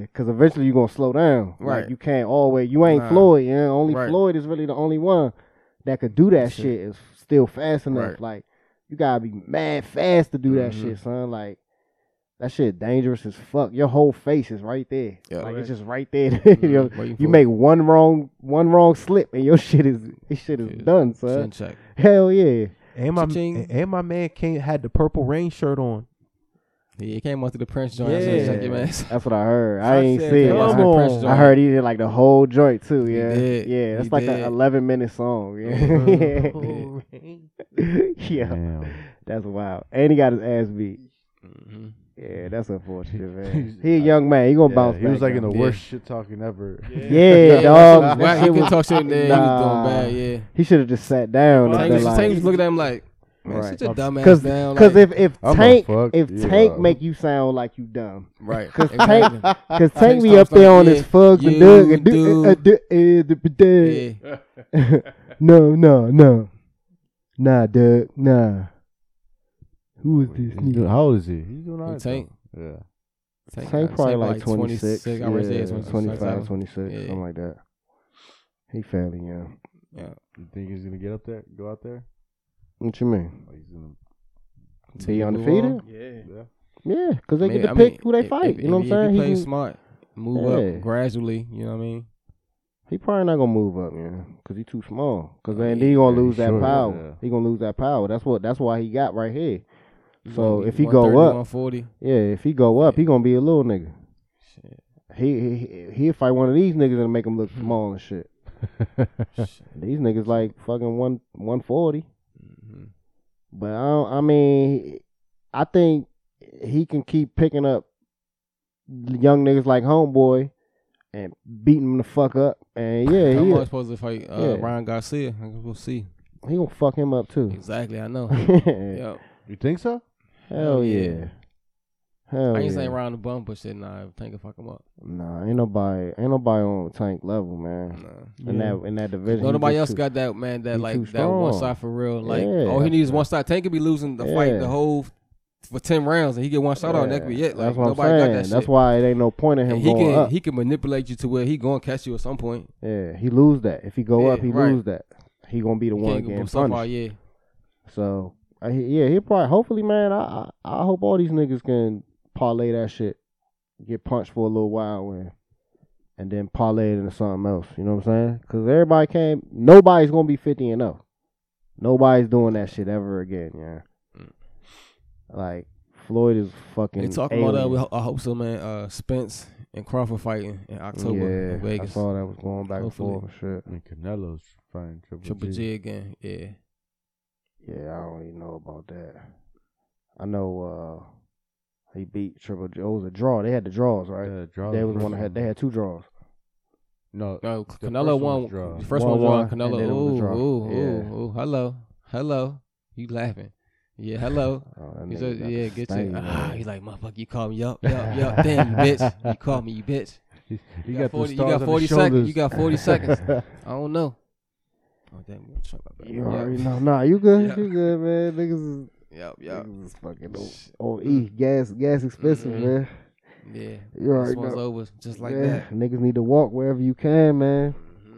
Speaker 6: Yeah, because eventually you're gonna slow down. Right.
Speaker 4: Right.
Speaker 6: Like you can't always. You ain't
Speaker 4: Nah.
Speaker 6: Floyd. Yeah. Only
Speaker 4: Right.
Speaker 6: Floyd is really the only one that could do that
Speaker 4: Shit.
Speaker 6: shit. Is still fast enough.
Speaker 4: Right. Mm-hmm.
Speaker 6: Like you gotta be mad fast to do that shit, son. Like that shit dangerous as fuck. Your whole face is right there.
Speaker 4: Yeah.
Speaker 6: like
Speaker 4: Correct.
Speaker 6: it's just right there.
Speaker 4: Mhm.
Speaker 6: you know,
Speaker 4: Waiting
Speaker 6: you
Speaker 4: for
Speaker 6: make one wrong one wrong slip and your shit is this shit is
Speaker 4: Yeah.
Speaker 6: done,
Speaker 4: it. Chin
Speaker 6: son.
Speaker 4: check.
Speaker 6: Hell yeah.
Speaker 3: And my
Speaker 4: Cha-ching.
Speaker 3: and my man came had the purple rain shirt on.
Speaker 4: Yeah, he came out to the Prince joint. Yeah.
Speaker 3: Yeah.
Speaker 4: Chin check your ass.
Speaker 6: That's what I heard. I ain't
Speaker 4: said,
Speaker 6: see it.
Speaker 4: "Come
Speaker 6: I
Speaker 3: Come
Speaker 6: heard-
Speaker 4: on.
Speaker 3: on.
Speaker 4: Precious
Speaker 6: I heard he did like the whole joint too.
Speaker 4: He
Speaker 6: Yeah,
Speaker 4: did.
Speaker 6: yeah.
Speaker 4: He
Speaker 6: That's like
Speaker 4: did. Oh,
Speaker 6: an eleven minute song. Yeah, yeah.
Speaker 8: Damn.
Speaker 6: That's wild. And he got his ass beat.
Speaker 4: Mm-hmm.
Speaker 6: Yeah, that's unfortunate, man.
Speaker 8: He's-
Speaker 6: He a young man. He gonna bounce.
Speaker 8: Yeah, he was
Speaker 6: back,
Speaker 8: like in the
Speaker 6: though.
Speaker 4: Yeah.
Speaker 8: worst shit talking ever.
Speaker 6: Yeah, dog.
Speaker 4: Wow, he
Speaker 6: He,
Speaker 4: couldn't talk shit there. He was doing
Speaker 6: Nah.
Speaker 4: bad, yeah.
Speaker 6: should have just sat down.
Speaker 4: Tank
Speaker 6: and been
Speaker 4: was, Tank
Speaker 6: like,
Speaker 4: was looking at him like, man,
Speaker 6: Right.
Speaker 4: sit your dumb ass
Speaker 6: Cause,
Speaker 4: down.
Speaker 6: 'cause
Speaker 4: like,
Speaker 6: if if
Speaker 8: I'm a
Speaker 6: Tank
Speaker 8: fuck
Speaker 6: if
Speaker 8: you
Speaker 6: Tank
Speaker 8: up.
Speaker 6: make you sound like you dumb,
Speaker 4: right.
Speaker 6: cause
Speaker 4: exactly.
Speaker 6: Tank cause Tank be
Speaker 4: starts
Speaker 6: up there
Speaker 4: like,
Speaker 6: on
Speaker 4: yeah,
Speaker 6: his fugs
Speaker 4: you
Speaker 6: and dug and do,
Speaker 4: do.
Speaker 6: uh, do, uh, do- do-
Speaker 4: yeah.
Speaker 6: no no no, nah Doug nah. Who is this
Speaker 8: He's doing-
Speaker 6: nigga?
Speaker 8: How old is he? He's doing all right.
Speaker 4: Tank.
Speaker 8: though. Yeah.
Speaker 4: Tank,
Speaker 6: Tank
Speaker 4: got-
Speaker 6: probably like 26.
Speaker 4: I would say
Speaker 6: yeah,
Speaker 4: it's 26,
Speaker 6: 25,
Speaker 4: 27.
Speaker 6: 26,
Speaker 4: um, Yeah.
Speaker 6: something like that. He fairly young.
Speaker 8: You think he's gonna get up there? Go out there?
Speaker 6: What you mean?
Speaker 8: Like he's gonna.
Speaker 6: Be
Speaker 4: Move
Speaker 6: undefeated?
Speaker 4: on.
Speaker 2: Yeah.
Speaker 8: Yeah.
Speaker 6: Yeah, because they
Speaker 4: Maybe-
Speaker 6: get to
Speaker 4: I
Speaker 6: pick
Speaker 4: mean,
Speaker 6: who they
Speaker 4: if-
Speaker 6: fight.
Speaker 4: if-
Speaker 6: you know
Speaker 4: if
Speaker 6: what I'm
Speaker 4: He
Speaker 6: saying?
Speaker 4: plays
Speaker 6: He, can-
Speaker 4: smart, move
Speaker 6: Yeah.
Speaker 4: up gradually. You know what I mean?
Speaker 6: he probably not gonna move up, man, because he too small. Because then
Speaker 4: Yeah,
Speaker 6: he gonna
Speaker 8: yeah,
Speaker 6: lose
Speaker 8: sure,
Speaker 6: that power.
Speaker 8: yeah.
Speaker 6: He gonna lose that power. That's what. That's why he got right here. So
Speaker 4: One-
Speaker 6: if he go
Speaker 4: 130,
Speaker 6: up,
Speaker 4: 140.
Speaker 6: yeah, if he go up, he gonna be a little nigga. He he he- he'll fight one of these niggas and make him look small and shit. These niggas like fucking one one forty.
Speaker 4: Mm-hmm.
Speaker 6: But I, don't, I mean, I think he can keep picking up young niggas like Homeboy and beating them the fuck up. And yeah,
Speaker 4: Come
Speaker 6: he,
Speaker 4: on, he's supposed to fight uh,
Speaker 6: Yeah.
Speaker 4: Ryan Garcia. I guess We'll see.
Speaker 6: he gonna fuck him up too.
Speaker 4: Exactly, I know. Yep.
Speaker 8: You think so?
Speaker 6: Hell yeah. Hell
Speaker 4: I ain't
Speaker 6: Oh, yeah.
Speaker 4: saying round the bump, but shit, nah, Tank will fuck him up.
Speaker 6: Nah, ain't nobody, ain't nobody on Tank level, man.
Speaker 4: Nah.
Speaker 6: In that in that division,
Speaker 4: No,
Speaker 6: he
Speaker 4: nobody
Speaker 6: just
Speaker 4: else
Speaker 6: too-
Speaker 4: got that man
Speaker 6: he
Speaker 4: that
Speaker 6: too
Speaker 4: like that one
Speaker 6: strong.
Speaker 4: side for real. Like
Speaker 6: Yeah.
Speaker 4: all he needs is one side. Tank could be losing the
Speaker 6: Yeah.
Speaker 4: fight the whole for ten rounds and he get one shot out and that could be
Speaker 6: Yeah,
Speaker 4: it. Like
Speaker 6: that's what I'm
Speaker 4: nobody
Speaker 6: saying.
Speaker 4: got that shit.
Speaker 6: That's why it ain't no point in him
Speaker 4: And he
Speaker 6: going
Speaker 4: can
Speaker 6: up.
Speaker 4: he can manipulate you to where he gonna catch you at some point.
Speaker 6: yeah, he lose that. If he go
Speaker 4: Yeah,
Speaker 6: up, he
Speaker 4: right.
Speaker 6: lose that. He gonna be the
Speaker 4: He
Speaker 6: one
Speaker 4: can't
Speaker 6: getting
Speaker 4: go so
Speaker 6: punished.
Speaker 4: far, yeah.
Speaker 6: So I, he- yeah, he probably hopefully, man. I, I I hope all these niggas can parlay that shit, get punched for a little while, and and then parlay it into something else. You know what I'm saying? Because everybody came, nobody's gonna be fifty and up. Nobody's doing that shit ever again. Yeah, like Floyd is fucking.
Speaker 4: Mm. They talking
Speaker 6: alien.
Speaker 4: about that. We ho- I hope so, man. Uh, Spence and Crawford fighting in October
Speaker 6: yeah,
Speaker 4: in
Speaker 6: I
Speaker 4: Vegas.
Speaker 6: saw that was going back
Speaker 4: Hopefully.
Speaker 6: and forth and
Speaker 8: I mean, Canelo's fighting Triple,
Speaker 4: Triple
Speaker 8: G.
Speaker 4: G again. Yeah.
Speaker 6: shit. Yeah, I don't even know about that. I know uh he beat Triple J. It was a draw. They had the draws, right?
Speaker 8: Yeah, draw
Speaker 6: They
Speaker 8: the
Speaker 6: was
Speaker 8: first
Speaker 6: one that had they had two draws.
Speaker 8: No,
Speaker 4: No,
Speaker 8: the
Speaker 4: Canelo
Speaker 8: first one was
Speaker 4: won.
Speaker 8: draw.
Speaker 4: The first
Speaker 6: One
Speaker 4: one draw.
Speaker 6: won, and
Speaker 4: Canelo.
Speaker 6: then it was a draw.
Speaker 4: Ooh, ooh,
Speaker 6: Yeah.
Speaker 4: ooh, ooh. Hello, hello. You laughing? Yeah, hello.
Speaker 6: Oh, that
Speaker 4: He
Speaker 6: nigga
Speaker 4: said,
Speaker 6: got
Speaker 4: yeah, get
Speaker 6: stank,
Speaker 4: your. Ah,
Speaker 6: man.
Speaker 4: he like, motherfucker, you call me up, yup, yup. Damn, you bitch. You call me, you bitch.
Speaker 8: He, he
Speaker 4: You
Speaker 8: got,
Speaker 4: got
Speaker 8: the
Speaker 4: 40, you
Speaker 8: stars
Speaker 4: got
Speaker 8: on
Speaker 4: 40
Speaker 8: his
Speaker 4: seconds. You
Speaker 8: shoulders.
Speaker 4: got 40 seconds. I don't know. Oh, damn.
Speaker 6: You already know. Nah, you good.
Speaker 4: Yeah.
Speaker 6: You good, man. Niggas is,
Speaker 4: Yup, yup.
Speaker 6: niggas is fucking on, on E. Gas, gas expensive,
Speaker 4: Mhm.
Speaker 6: man.
Speaker 4: Yeah.
Speaker 6: You already
Speaker 4: This one's
Speaker 6: know.
Speaker 4: over just like
Speaker 6: yeah.
Speaker 4: that. Mm-hmm.
Speaker 6: Niggas need to walk wherever you can, man.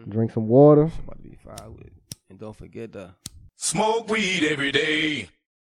Speaker 6: Drink some water.
Speaker 4: Shit about to be fired with. And don't forget the.
Speaker 1: Smoke weed every day.